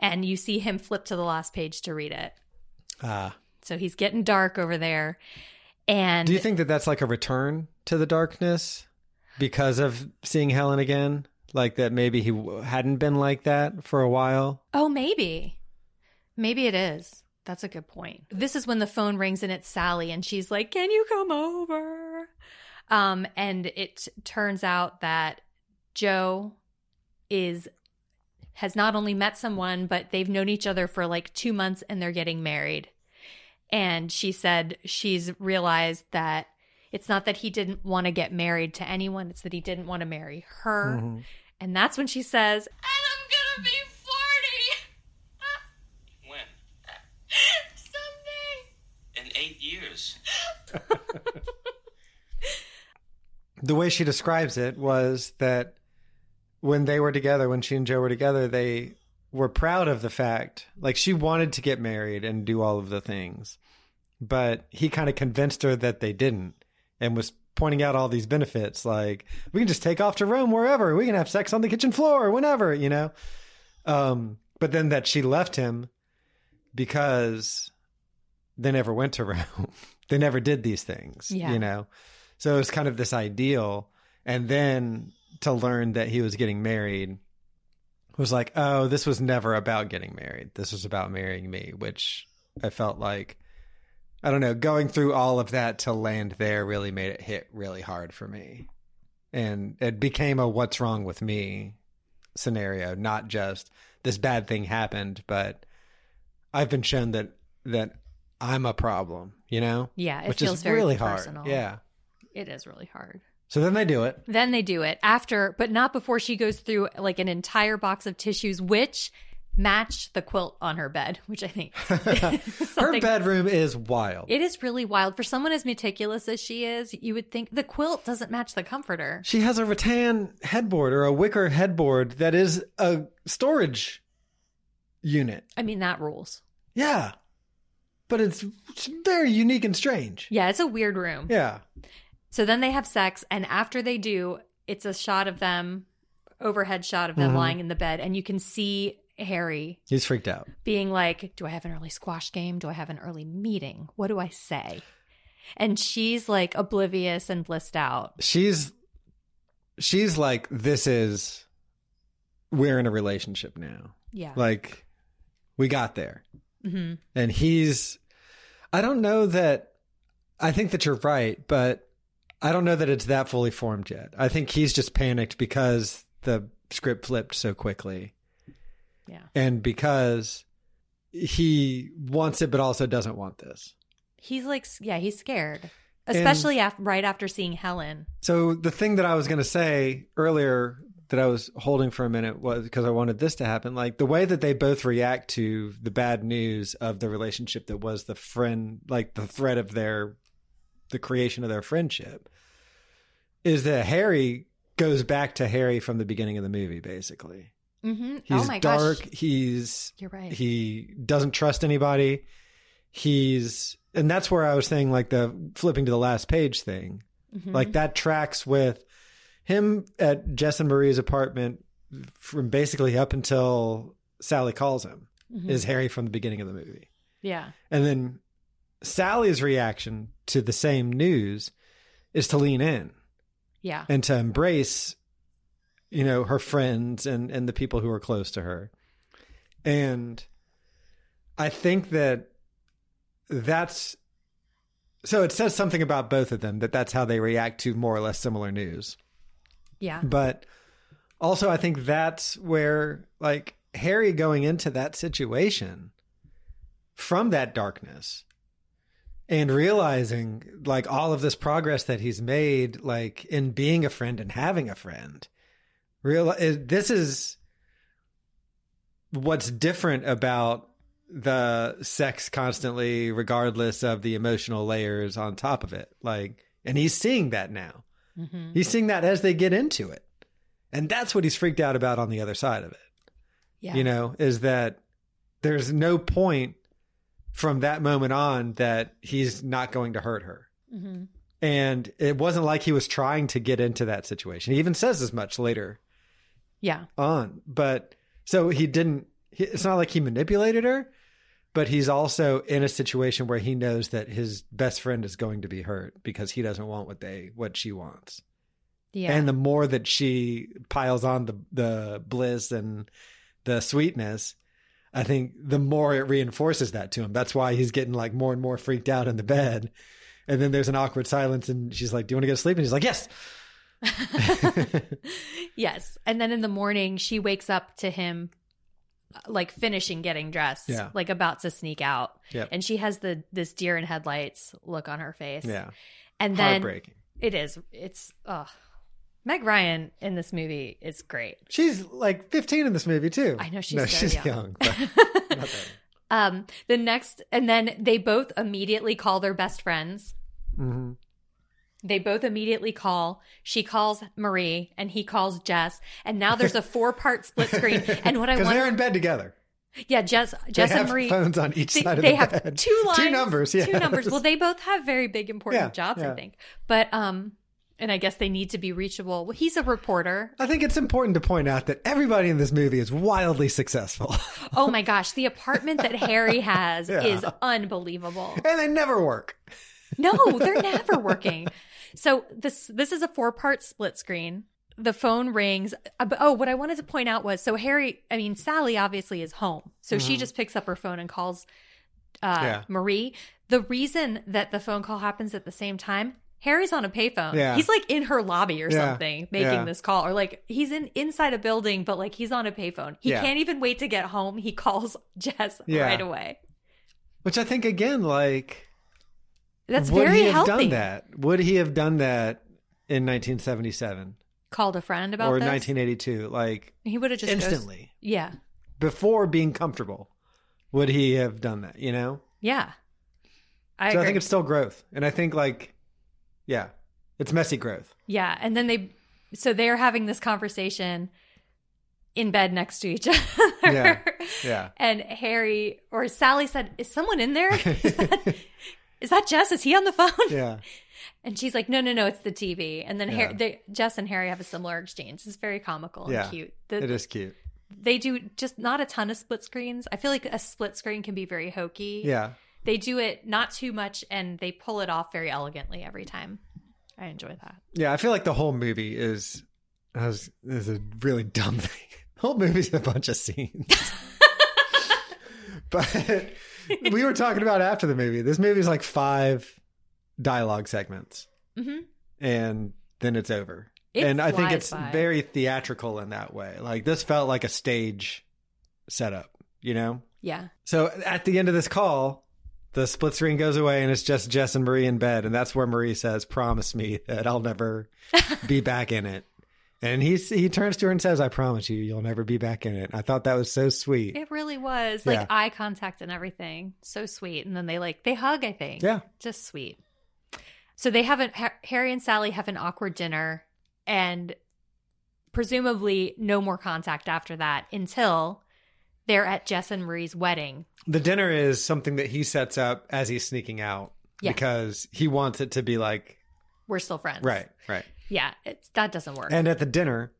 and you see him flip to the last page to read it.
Uh,
So he's getting dark over there. And
Do you think that that's like a return to the darkness because of seeing Helen again? Like that maybe he w- hadn't been like that for a while?
Oh, maybe. Maybe it is. That's a good point. This is when the phone rings and it's Sally and she's like, "Can you come over?" Um and it turns out that Joe is has not only met someone but they've known each other for like 2 months and they're getting married. And she said she's realized that it's not that he didn't want to get married to anyone, it's that he didn't want to marry her. And that's when she says,
And I'm gonna be 40
When?
someday.
In eight years.
The way she describes it was that when they were together, when she and Joe were together, they were proud of the fact, like she wanted to get married and do all of the things, but he kind of convinced her that they didn't and was pointing out all these benefits like we can just take off to Rome wherever, we can have sex on the kitchen floor whenever, you know. Um but then that she left him because they never went to [LAUGHS] Rome. they never did these things,
Yeah.
you know. So it was kind of this ideal and then to learn that he was getting married was like, oh, this was never about getting married. This was about marrying me, which I felt like, I don't know, going through all of that to land there really made it hit really hard for me. And it became a what's wrong with me scenario, not just this bad thing happened, but I've been shown that, that I'm a problem, you know?
Yeah, it
Which
feels
is
very
really
personal.
hard. Yeah.
It is really hard.
So then they do it.
Then they do it after, but not before she goes through like an entire box of tissues, which match the quilt on her bed, which I
[LAUGHS]
think [LAUGHS] is
Her
something-
bedroom is wild.
It is really wild for someone as meticulous as she is. You would think the quilt doesn't match the comforter.
She has a rattan headboard or a wicker headboard that is a storage unit.
I mean, that rules.
Yeah. But it's, it's very unique and strange.
Yeah, it's a weird room.
Yeah.
So then they have sex, and after they do, it's a shot of them overhead shot of them
Mhm.
lying in the bed, and you can see Harry
He's freaked out.
being like, Do I have an early squash game? Do I have an early meeting? What do I say? And she's like oblivious and blissed out.
She's she's like, this is we're in a relationship now.
Yeah.
Like we got there.
hmm
And he's I don't know that I think that you're right, but I don't know that it's that fully formed yet. I think he's just panicked because the script flipped so quickly.
Yeah.
And because he wants it but also doesn't want this.
He's like, s- Yeah, he's scared, especially af- right after seeing Helen.
So the thing that I was going to say earlier that I was holding for a minute was because I wanted this to happen. Like the way that they both react to the bad news of the relationship that was the friend, like the threat of their, the creation of their friendship, is that Harry goes back to Harry from the beginning of the movie. Basically,
hmm
he's
Oh my
dark.
gosh.
He's
You're right.
he doesn't trust anybody he's and that's where i was saying like the flipping to the last page thing
Mm-hmm.
like that tracks with him at jess and marie's apartment from basically up until sally calls him is harry from the beginning of the movie
Mm-hmm. yeah.
and then sally's reaction to the same news is to lean in
Yeah.
and to embrace you know her friends and and the people who are close to her and i think that that's so it says something about both of them that that's how they react to more or less similar news
Yeah.
but also i think that's where like harry going into that situation from that darkness and realizing like all of this progress that he's made like in being a friend and having a friend real it- this is what's different about the sex constantly regardless of the emotional layers on top of it like and he's seeing that now
hmm
He's seeing that as they get into it. And that's what he's freaked out about on the other side of it,
Yeah.
you know, is that there's no point from that moment on that he's not going to hurt her.
hmm
And it wasn't like he was trying to get into that situation. He even says as much later
Yeah.
on. But so he didn't, he, it's not like he manipulated her, but he's also in a situation where he knows that his best friend is going to be hurt because he doesn't want what they, what she wants.
Yeah.
And the more that she piles on the the bliss and the sweetness, I think the more it reinforces that to him. That's why he's getting like more and more freaked out in the bed. And then there's an awkward silence, and she's like, "Do you want to go to sleep?" And he's like, "Yes."
yes. And then in the morning, she wakes up to him uh, like finishing getting dressed,
Yeah.
like about to sneak out.
Yep.
And she has the this deer in headlights look on her face.
Yeah,
And then
heartbreaking.
it is it's oh Meg Ryan in this movie is great.
She's like 15 in this movie too.
I know she's
no,
so
she's
young.
young.
[LAUGHS]
but [LAUGHS] not that
um the next and then they both immediately call their best friends.
young. Mhm.
They both immediately call. She calls Marie and he calls Jess. And now there's a four part split
[LAUGHS]
screen. And what I
'Cause
want
they're in bed together.
Yeah, Jess, Jess
they
and
have
Marie.
phones on each
They,
side of
they
the
have
bed.
two lines,
two numbers, yeah,
two numbers. Well, they both have very big, important
Yeah,
jobs, I
yeah.
think. But um, and I guess they need to be reachable. Well, he's a reporter.
I think it's important to point out that everybody in this movie is wildly successful. [LAUGHS]
Oh my gosh, the apartment that Harry has
Yeah.
is unbelievable.
and they never work.
No, they're never working. So this this is a four part split screen. The phone rings. Uh, but- Oh, what I wanted to point out was so Harry. I mean, Sally obviously is home, so she just picks up her phone and calls uh,
Mm-hmm. Yeah.
Marie. The reason that the phone call happens at the same time, Harry's on a payphone.
Yeah.
He's like in her lobby or
Yeah.
something making
Yeah.
this call, or like he's in inside a building, but like he's on a payphone. He
Yeah.
can't even wait to get home. He calls [LAUGHS] Jess
Yeah.
right away.
Which I think again, like
That's
would
very
he have
healthy.
done that? Would he have done that in 1977
Called a friend about
or
this.
1982? Like
He would have just goes-
instantly
yeah,
before being comfortable, would he have done that? You know.
yeah. I,
so
agree.
I think it's still growth, and I think like, yeah, it's messy growth.
yeah, and then they so they're having this conversation in bed next to each [LAUGHS] other.
Yeah. Yeah.
And Harry
[LAUGHS]
[LAUGHS] or Sally said, "Is someone in there? Is that, is that Jess? Is he on the phone?"
Yeah.
And she's like, no, no, no, it's the TV. And then Har-
Yeah.
they, Jess and Harry have a similar exchange. It's very comical
Yeah.
and cute. The-
It is cute.
They do just not a ton of split screens. I feel like a split screen can be very hokey.
Yeah.
They do it not too much and they pull it off very elegantly every time. I enjoy that.
Yeah, I feel like the whole movie is is, is a really dumb [LAUGHS] thing. The whole movie's a bunch of scenes. but we were talking about after the movie. This movie's like five dialogue segments,
hmm
and then it's over.
It
and I think
flies
it's
by.
very theatrical in that way. Like this felt like a stage setup, you know.
Yeah.
So at the end of this call, the split screen goes away and it's just Jess and Marie in bed. And that's where Marie says, Promise me that I'll never be back in it. And he, he turns to her and says, I promise you, you'll never be back in it. I thought that was so sweet.
It really was
Yeah.
like eye contact and everything. So sweet. And then they like they hug, I think.
Yeah.
Just sweet. So they haven't Harry and Sally have an awkward dinner and presumably no more contact after that until they're at Jess and Marie's wedding.
The dinner is something that he sets up as he's sneaking out
Yeah.
because he wants it to be like,
We're still friends.
right, right.
Yeah. It's that doesn't work.
And at the dinner,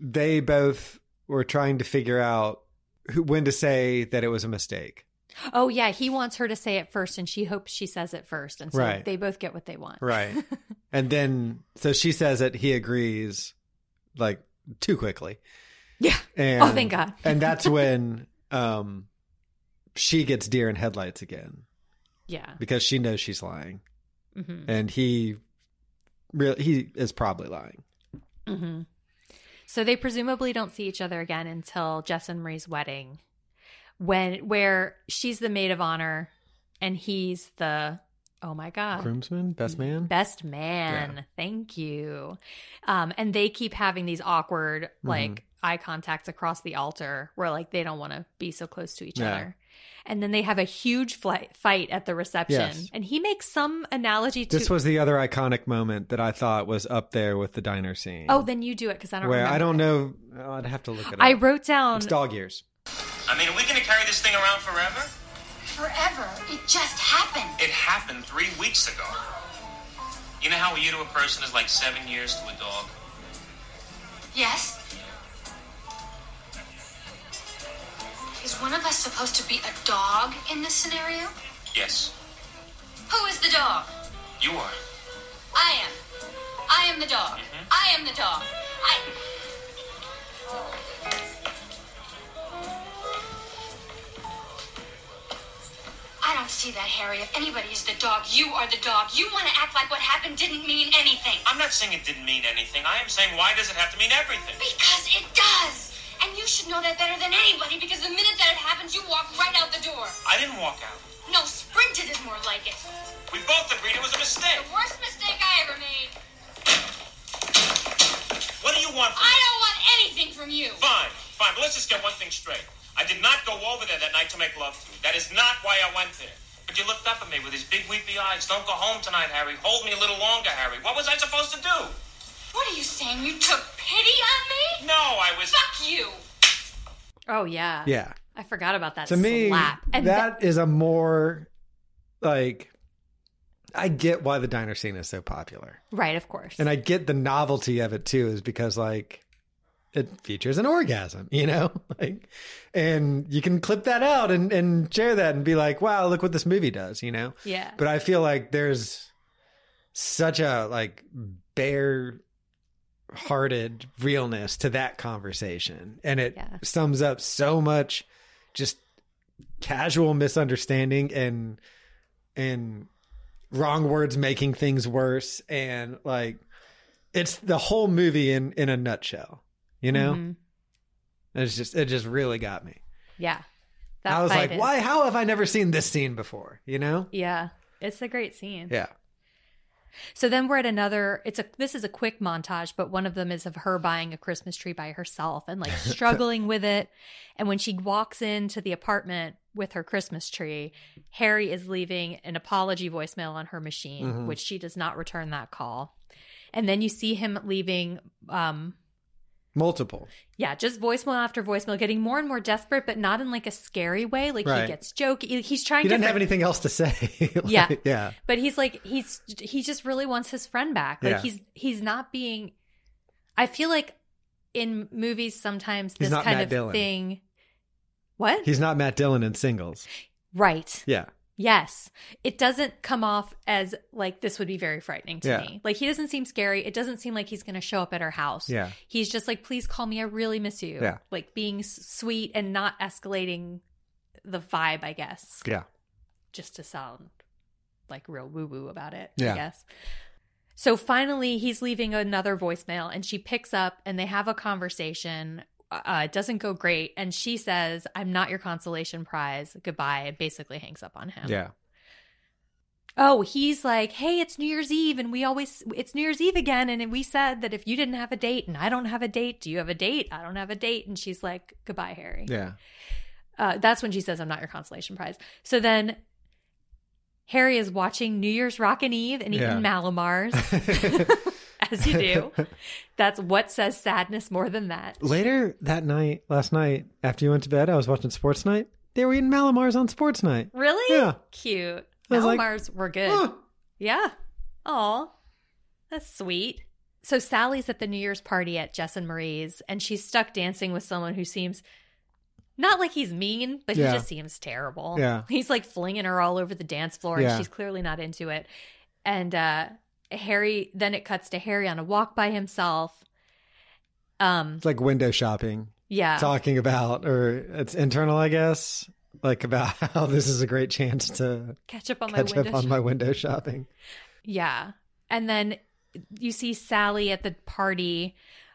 they both were trying to figure out who, when to say that it was a mistake.
oh yeah, he wants her to say it first and she hopes she says it first. And so
Right.
they both get what they want. [LAUGHS]
Right. and then so she says it, he agrees like too quickly.
Yeah.
And
Oh, thank God. [LAUGHS]
and that's when um she gets deer in headlights again
Yeah.
because she knows she's lying.
hmm
And he really he is probably lying.
hmm So they presumably don't see each other again until Jess and Marie's wedding, when where she's the maid of honor and he's the oh my god
Groomsman, best man?
mm, best man. Thank you. Um, and they keep having these awkward
Mm-hmm.
like eye contacts across the altar where like they don't want to be so close to each
Yeah.
other. And then they have a huge flight, fight at the reception,
Yes.
and he makes some analogy to
This was the other iconic moment that I thought was up there with the diner scene.
oh, then you do it because I don't
where
remember.
I don't know oh, I'd have to look it up.
I wrote down
it's dog years.
I mean, are we gonna carry this thing around forever?
Forever. It just happened.
It happened three weeks ago. You know how a year to a person is like seven years to a dog?
Yes? Is one of us supposed to be a dog in this scenario?
Yes,
Who is the dog?
you are.
I am. I am the dog. I am the dog. I. I don't see that, Harry. If anybody is the dog, you are the dog. You want to act like what happened didn't mean anything.
I'm not saying it didn't mean anything. I am saying why does it have to mean everything?
Because it does. And you should know that better than anybody because the minute that it happens, you walk right out the door.
I didn't walk out.
No, sprinted is more like it.
We both agreed it was a mistake.
The worst mistake I ever made.
What do you want
I
from me?
don't want anything from you.
Fine, fine, but let's just get one thing straight. I did not go over there that night to make love to you. That is not why I went there. But you looked up at me with these big weepy eyes. Don't go home tonight, Harry. Hold me a little longer, Harry. What was I supposed to do?
What are you saying? You took pity on me?
No, I was.
Fuck you.
oh yeah
Yeah.
I forgot about that.
to me
slap. and
that is a more like i get why the diner scene is so popular
th- right, of course.
and i get the novelty of it too is because like it features an orgasm you know [LAUGHS] like and you can clip that out and and share that and be like wow look what this movie does you know
yeah,
but i feel like there's such a like bare hearted realness to that conversation and it
Yeah.
sums up so much just casual misunderstanding and and wrong words making things worse and like it's the whole movie in in a nutshell you know
Mhm.
it's just it just really got me
yeah. That
i was
fight
like
is-
why how have i never seen this scene before you know
Yeah, it's a great scene.
yeah
So then we're at another. It's a this is a quick montage, but one of them is of her buying a Christmas tree by herself
[LAUGHS]
and like struggling with it. And when she walks into the apartment with her Christmas tree, Harry is leaving an apology voicemail on her machine,
Mhm.
which she does not return that call. And then you see him leaving um
Multiple.
Yeah, just voicemail after voicemail, getting more and more desperate, but not in like a scary way. Like
Right.
he gets jokey. He's trying
He
to
doesn't have anything else to say. [LAUGHS] Like,
Yeah.
Yeah.
but he's like he's he just really wants his friend back like
Yeah.
he's he's not being i feel like in movies sometimes
He's
this
not
kind
Matt
of
Dillon.
thing what
He's not Matt Dillon in singles.
right
Yeah.
yes it doesn't come off as like this would be very frightening to
Yeah.
me like he doesn't seem scary it doesn't seem like he's going to show up at our house
Yeah.
he's just like please call me i really miss you
Yeah.
like being s- sweet and not escalating the vibe i guess
Yeah.
just to sound like real woo woo about it,
Yeah.
I guess. So finally, he's leaving another voicemail and she picks up and they have a conversation. Uh, it doesn't go great. And she says, I'm not your consolation prize. Goodbye. And basically hangs up on him.
Yeah.
Oh, he's like, Hey, it's New Year's Eve. And we always, it's New Year's Eve again. And we said that if you didn't have a date and I don't have a date, do you have a date? I don't have a date. And she's like, Goodbye, Harry
Yeah.
uh, that's when she says, I'm not your consolation prize. So then Harry is watching New Year's Rockin' Eve and eating
Yeah. [LAUGHS]
Malamars, [LAUGHS] as you do. That's what says sadness more than that.
Later that night, last night, after you went to bed, I was watching Sports Night. They were eating Malamars on Sports Night.
Really?
Yeah.
Cute.
I was like,
Malamars were good.
Huh.
Yeah. Aw. That's sweet. So Sally's at the New Year's party at Jess and Marie's, and she's stuck dancing with someone who seems not like he's mean, but
Yeah.
he just seems terrible.
Yeah.
He's like flinging her all over the dance floor,
Yeah.
and she's clearly not into it. And uh Harry, then it cuts to Harry on a walk by himself. Um,
It's like window shopping,
yeah.
talking about, or it's internal, I guess, like about [LAUGHS] how this is a great chance to
catch up on my
catch
window.
up on
shop.
my window shopping.
Yeah. And then you see Sally at the party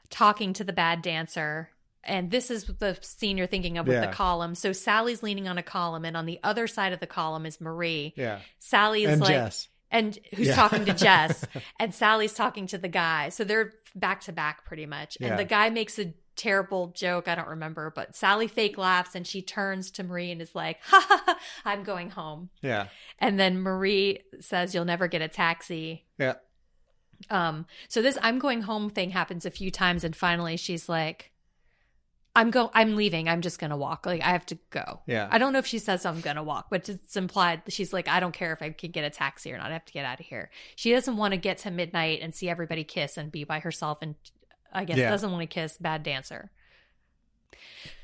talking to the bad dancer. And this is the scene you're thinking of with
Yeah.
the column. So Sally's leaning on a column, and on the other side of the column is Marie.
Yeah.
Sally's
and
like,
Jess.
and who's
Yeah.
talking to
[LAUGHS]
Jess, and Sally's talking to the guy. So they're back to back pretty much.
Yeah.
And the guy makes a terrible joke. I don't remember, but Sally fake laughs, and she turns to Marie and is like, [LAUGHS] "Ha ha, ha I'm going home."
Yeah.
And then Marie says, "You'll never get a taxi."
Yeah. [LAUGHS]
Um, so this I'm going home thing happens a few times and finally she's like, I'm go I'm leaving. I'm just gonna walk. Like I have to go.
Yeah.
I don't know if she says I'm gonna walk, but it's implied that she's like, I don't care if I can get a taxi or not, I have to get out of here. She doesn't want to get to midnight and see everybody kiss and be by herself and I guess
Yeah.
doesn't want to kiss bad dancer.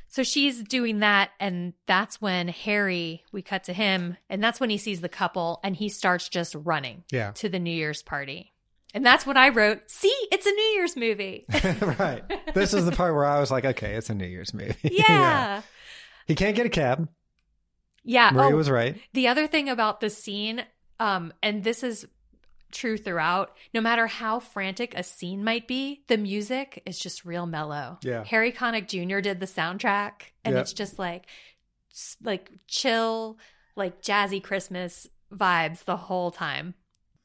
So she's doing that, and that's when Harry, we cut to him, and that's when he sees the couple and he starts just running
Yeah.
to the New Year's party. And that's what I wrote. See, it's a New Year's
[LAUGHS]
movie. yeah.
right. This is the part where I was like, okay, it's a New Year's movie. [LAUGHS]
Yeah.
He can't get a cab. Marie
oh,
was right.
the other thing about the scene, um, and this is true throughout, no matter how frantic a scene might be, the music is just real mellow.
Yeah.
Harry Connick Jr. did the soundtrack, and
Yeah.
it's just like, s- like chill, like jazzy Christmas vibes the whole time.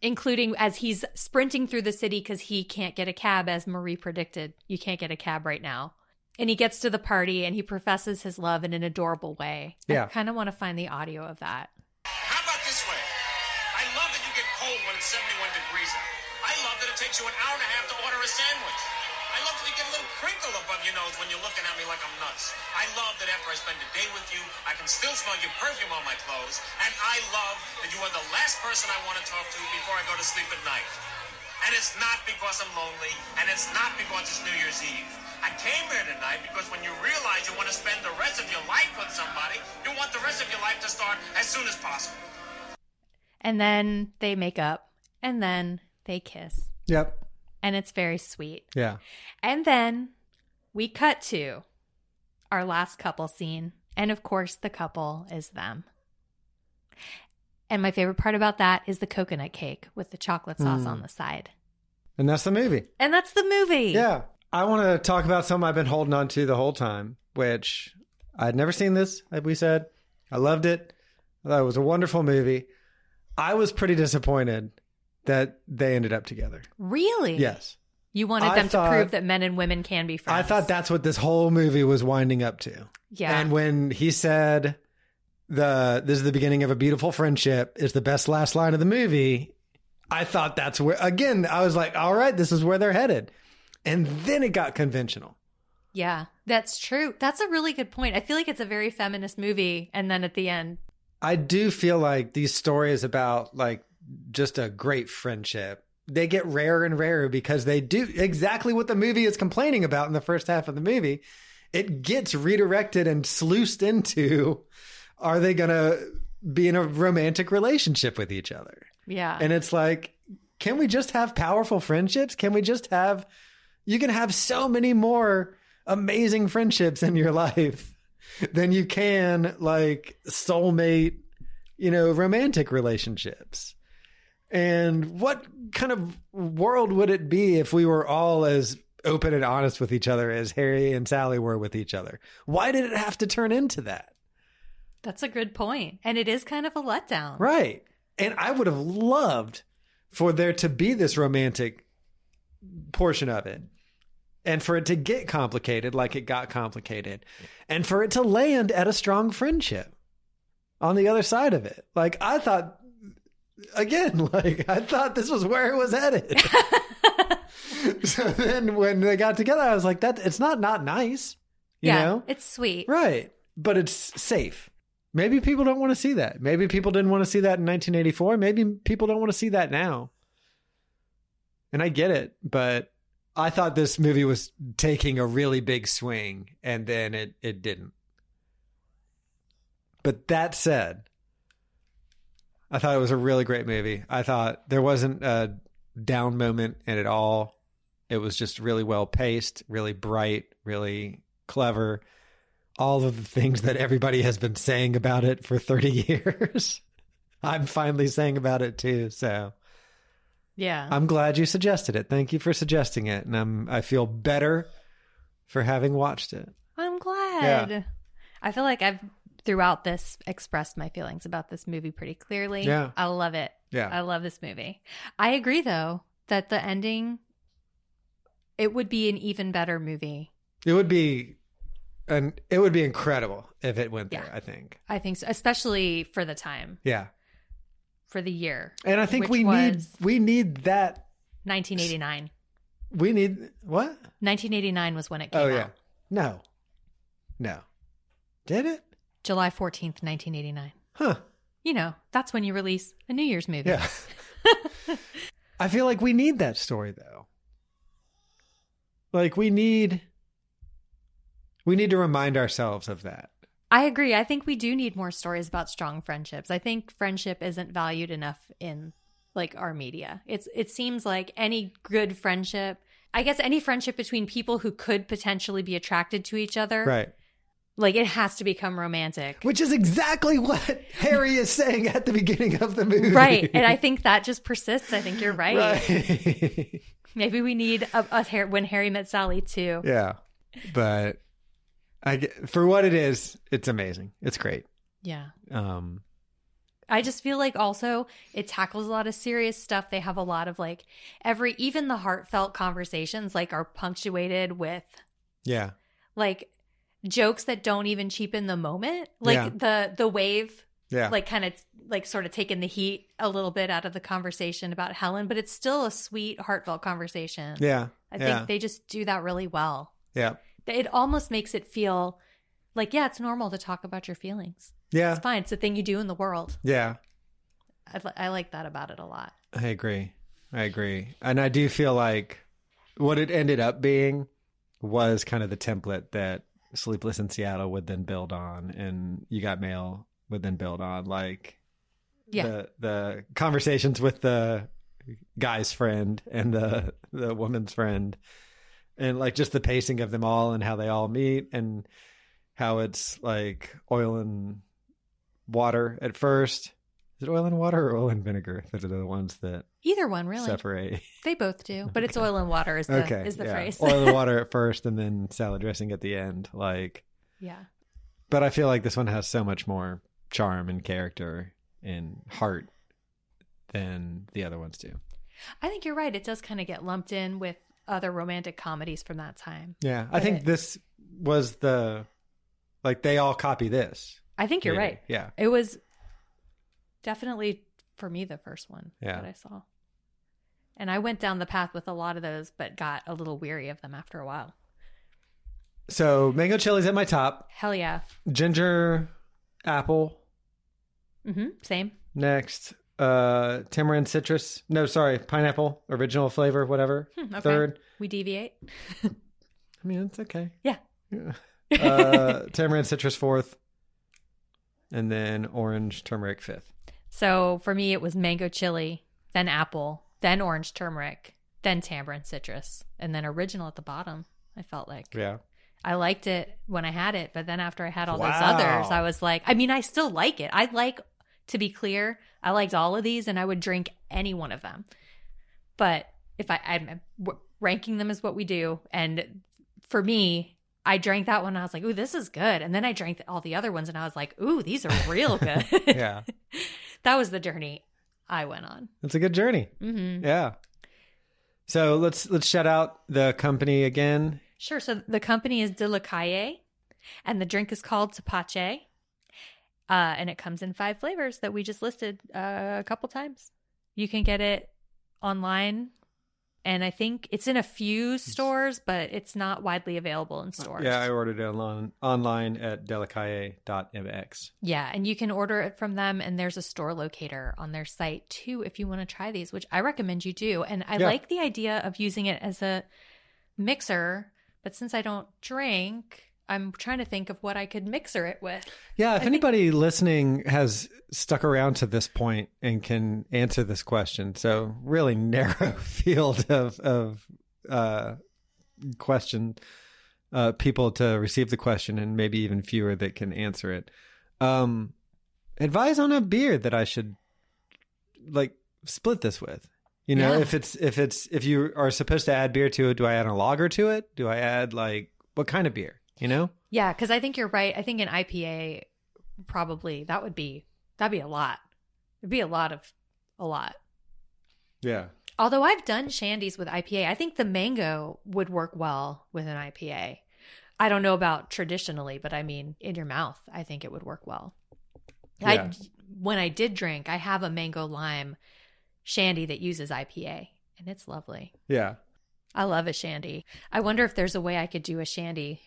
Including as he's sprinting through the city because he can't get a cab, as Marie predicted. You can't get a cab right now. And he gets to the party and he professes his love in an adorable way.
Yeah.
I kind of want to find the audio of that.
How about this way? I love that you get cold when it's 71 degrees out. I love that it takes you an hour and a half to order a sandwich. I love that you get a little crinkle above your nose when you're looking at me like I'm nuts. I love that after I spend a day with you, I can still smell your perfume on my clothes. And I love that you are the last person I want to talk to before I go to sleep at night. And it's not because I'm lonely, and it's not because it's New Year's Eve. I came here tonight because when you realize you want to spend the rest of your life with somebody, you want the rest of your life to start as soon as possible.
And then they make up and then they kiss.
Yep.
And it's very sweet.
Yeah.
And then we cut to our last couple scene. And of course, the couple is them. And my favorite part about that is the coconut cake with the chocolate
Mm.
sauce on the side.
And that's the movie.
And that's the movie.
Yeah. I want to talk about something I've been holding on to the whole time, which I'd never seen this, like we said. I loved it. I thought it was a wonderful movie. I was pretty disappointed that they ended up together.
Really?
Yes.
You wanted
I
them to
thought-
prove that men and women can be friends.
I thought that's what this whole movie was winding up to.
Yeah.
And when he said the this is the beginning of a beautiful friendship is the best last line of the movie, I thought that's where again, I was like, all right, this is where they're headed. And then it got conventional.
Yeah, that's true. That's a really good point. I feel like it's a very feminist movie. And then at the end,
I do feel like these stories about like just a great friendship, they get rarer and rarer because they do exactly what the movie is complaining about in the first half of the movie. It gets redirected and sluiced into are they going to be in a romantic relationship with each other?
yeah.
And it's like, can we just have powerful friendships? Can we just have, you can have so many more amazing friendships in your [LAUGHS] life than you can like soulmate, you know, romantic relationships. And what kind of world would it be if we were all as open and honest with each other as Harry and Sally were with each other? Why did it have to turn into that?
that's a good point. And it is kind of a letdown.
Right. And I would have loved for there to be this romantic portion of it and for it to get complicated like it got complicated and for it to land at a strong friendship on the other side of it. Like I thought again, [LAUGHS] like I thought this was where it was headed. [LAUGHS] so then when they got together I was like that it's not not nice, you
yeah.
know?
It's sweet.
Right. But it's safe. Maybe people don't want to see that. Maybe people didn't want to see that in 1984. Maybe people don't want to see that now. And I get it, but I thought this movie was taking a really big swing and then it, it didn't. But that said, I thought it was a really great movie. I thought there wasn't a down moment in it all. It was just really well paced, really bright, really clever all of the things that everybody has been saying about it for 30 [LAUGHS] years. I'm finally saying about it too, so
Yeah.
I'm glad you suggested it. Thank you for suggesting it, and I'm I feel better for having watched it.
I'm glad. I feel like I've throughout this expressed my feelings about this movie pretty clearly.
Yeah.
I love it.
Yeah.
I love this movie. I agree though that the ending it would be an even better movie.
It would be and it would be incredible if it went there,
Yeah.
I think.
I think so, especially for the time,
Yeah.
for the year.
And I think
which
we need
was
we need that
1989.
we need what?
1989 was when it came
Oh
out.
yeah. No. No. Did it?
July 14th, 1989.
Huh.
You know, that's when you release a New Year's movie. [LAUGHS]
Yeah. I feel like we need that story though. Like we need we need to remind ourselves of that.
I agree. I think we do need more stories about strong friendships. I think friendship isn't valued enough in like our media. It's it seems like any good friendship, I guess any friendship between people who could potentially be attracted to each other,
Right.
like it has to become romantic.
Which is exactly what [LAUGHS] Harry is saying at the beginning of the movie.
Right. And I think that just persists. I think you're right.
Right.
Maybe we need a, a Har- when Harry met Sally too.
[LAUGHS] yeah. But I get, for what it is, it's amazing. It's great.
yeah.
Um
I just feel like also it tackles a lot of serious stuff. They have a lot of like every even the heartfelt conversations like are punctuated with
yeah.
like jokes that don't even cheapen the moment. Like
Yeah.
the the wave
Yeah.
like kind of like sort of taking the heat a little bit out of the conversation about Helen, but it's still a sweet heartfelt conversation.
yeah.
I
yeah.
think they just do that really well.
yeah.
It almost makes it feel like yeah, it's normal to talk about your feelings.
Yeah.
It's fine. It's a thing you do in the world.
Yeah.
I, li- I like that about it a lot.
I agree. I agree. And I do feel like what it ended up being was kind of the template that Sleepless in Seattle would then build on and You Got Mail would then build on. Like
Yeah.
the the conversations with the guy's friend and the the woman's friend and like just the pacing of them all and how they all meet and how it's like oil and water at first. Is it oil and water or oil and vinegar that are the ones that
Either one, really.
separate.
They both do, but it's oil and water is the
[LAUGHS] okay,
is the
yeah.
phrase.
Oil and water at first, and then salad dressing at the end. Like,
[LAUGHS] yeah,
but I feel like this one has so much more charm and character and heart than the other ones do.
I think you're right. It does kind of get lumped in with other romantic comedies from that time.
Yeah, I think
Right.
this was the like they all copy this.
I think you're
maybe.
right.
Yeah,
It was definitely for me the first one
Yeah.
that I saw, and I went down the path with a lot of those, but got a little weary of them after a while.
So mango chili's at my top.
Hell yeah.
Ginger apple
hmm Same.
next. Uh tamarind citrus. No, sorry, pineapple, original flavor, whatever.
Hmm, okay.
Third.
We deviate.
I mean it's okay.
Yeah.
Uh tamarind citrus fourth. And then orange turmeric fifth.
So for me, it was mango chili, then apple, then orange turmeric, then tamarind citrus, and then original at the bottom. I felt like
Yeah.
I liked it when I had it, but then after I had all those
Wow.
others, I was like, I mean, I still like it. I like, to be clear, I liked all of these and I would drink any one of them. But if I, I'm w- ranking them is what we do. And for me, I drank that one. And I was like, ooh, this is good. And then I drank all the other ones and I was like, ooh, these are
[LAUGHS]
real good.
Yeah.
[LAUGHS] that was the journey I went on.
It's a good journey.
hmm
Yeah. So let's let's shout out the company again.
Sure. So the company is De La Calle, and the drink is called Tapache. Uh, and it comes in five flavors that we just listed uh, a couple times. You can get it online, and I think it's in a few stores, but it's not widely available in stores.
Yeah, I ordered it online online at delicaye.mx.
Yeah, and you can order it from them, and there's a store locator on their site too if you want to try these, which I recommend you do. And I
Yeah.
like the idea of using it as a mixer, but since I don't drink, I'm trying to think of what I could mixer it with.
Yeah, if
think-
anybody listening has stuck around to this point and can answer this question, so really [LAUGHS] narrow field of of uh, question uh, people to receive the question, and maybe even fewer that can answer it. Um, advise on a beer that I should like split this with. You know,
Yeah.
if it's if it's if you are supposed to add beer to it, do I add a lager to it? Do I add like what kind of beer? You know?
Yeah, because I think you're right. I think an IPA probably that would be that'd be a lot. It'd be a lot of a lot.
Yeah.
Although I've done shandies with IPA, I think the mango would work well with an IPA. I don't know about traditionally, but I mean, in your mouth, I think it would work well. I,
Yeah.
when I did drink, I have a mango lime shandy that uses IPA, and it's lovely.
Yeah.
I love a shandy. I wonder if there's a way I could do a shandy.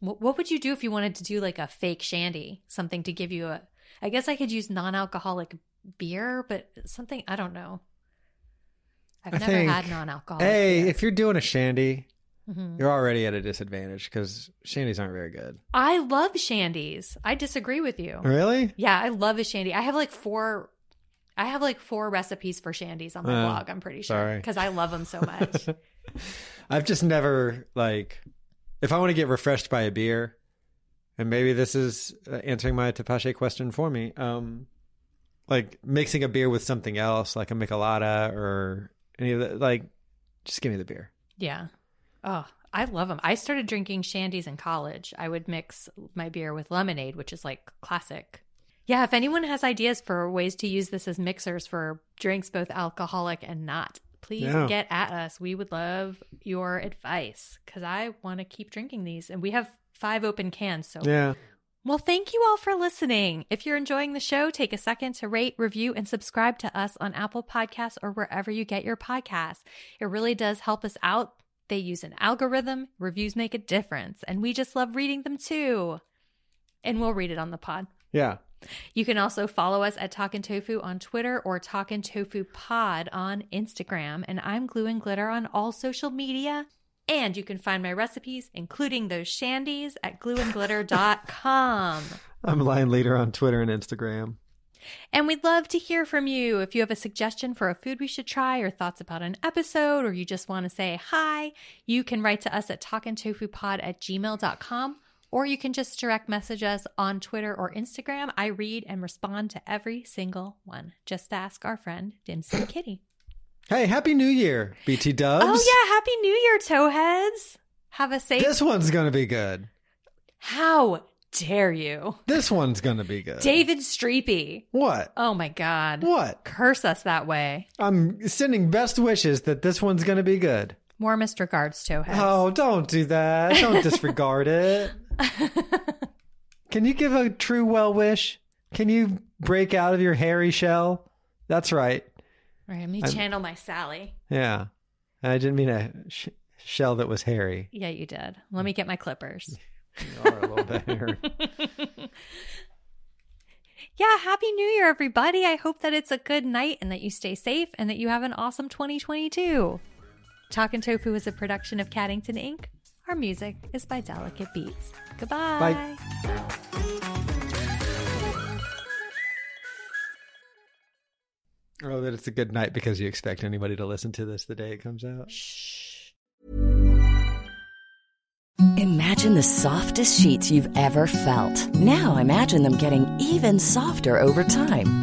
What, what would you do if you wanted to do like a fake shandy? Something to give you a. I guess I could use non alcoholic beer, but something, I don't know. I've
I
never
think-
had non alcoholic.
Hey, if you're doing a shandy,
Mhm.
you're already at a disadvantage because shandies aren't very good.
I love shandies. I disagree with you.
Really?
Yeah, I love a shandy. I have like four. I have like four recipes for shandies on my
Oh,
blog. I'm pretty sure
sorry.
because I love
[LAUGHS]
them so much.
I've just never like if I want to get refreshed by a beer, and maybe this is uh, answering my tapache question for me. Um, like mixing a beer with something else, like a michelada or any of that. Like, just give me the beer.
Yeah. Oh, I love them. I started drinking shandies in college. I would mix my beer with lemonade, which is like classic. Yeah, if anyone has ideas for ways to use this as mixers for drinks, both alcoholic and not, please
Yeah.
get at us. We would love your advice because I want to keep drinking these. And we have five open cans. So
Yeah.
well, thank you all for listening. If you're enjoying the show, take a second to rate, review, and subscribe to us on Apple Podcasts or wherever you get your podcasts. It really does help us out. They use an algorithm, reviews make a difference, and we just love reading them too. And we'll read it on the pod.
Yeah.
You can also follow us at Talkin' Tofu on Twitter or Talkin' Tofu Pod on Instagram. And I'm Glue and Glitter on all social media. And you can find my recipes, including those shandies, at glueandglitter.com.
I'm line leader on Twitter and Instagram.
And we'd love to hear from you. If you have a suggestion for a food we should try, or thoughts about an episode, or you just want to say hi, you can write to us at talkintofupod at gmail.com, or you can just direct message us on Twitter or Instagram. I read and respond to every single one. Just ask our friend
[LAUGHS]
Dimson Kitty.
Hey, happy New Year, BT Dubs.
Oh, yeah. Happy New Year, Towheads. Have a safe.
This one's gonna be good.
How dare you?
This one's gonna be good.
David Streepy.
What?
Oh, my God.
What?
Curse us that way.
I'm sending best wishes that this one's going to be good.
Warmest regards, Towheads.
Oh, don't do that. Don't disregard it. Can you give a true well wish? Can you break out of your hairy shell? That's right.
All right, let me channel my Sally.
Yeah. I didn't mean to sh- shell that was hairy.
Yeah, you did. Let me get my clippers.
You are a little [LAUGHS] bit hairy.
Yeah, happy new year, everybody. I hope that it's a good night and that you stay safe and that you have an awesome 2022. Talk and Tofu is a production of Caddington Inc. Our music is by Delicate Beats. Goodbye.
Bye. Oh, that it's a good night because you expect anybody to listen to this the day it comes out.
Imagine the softest sheets you've ever felt. Now imagine them getting even softer over time.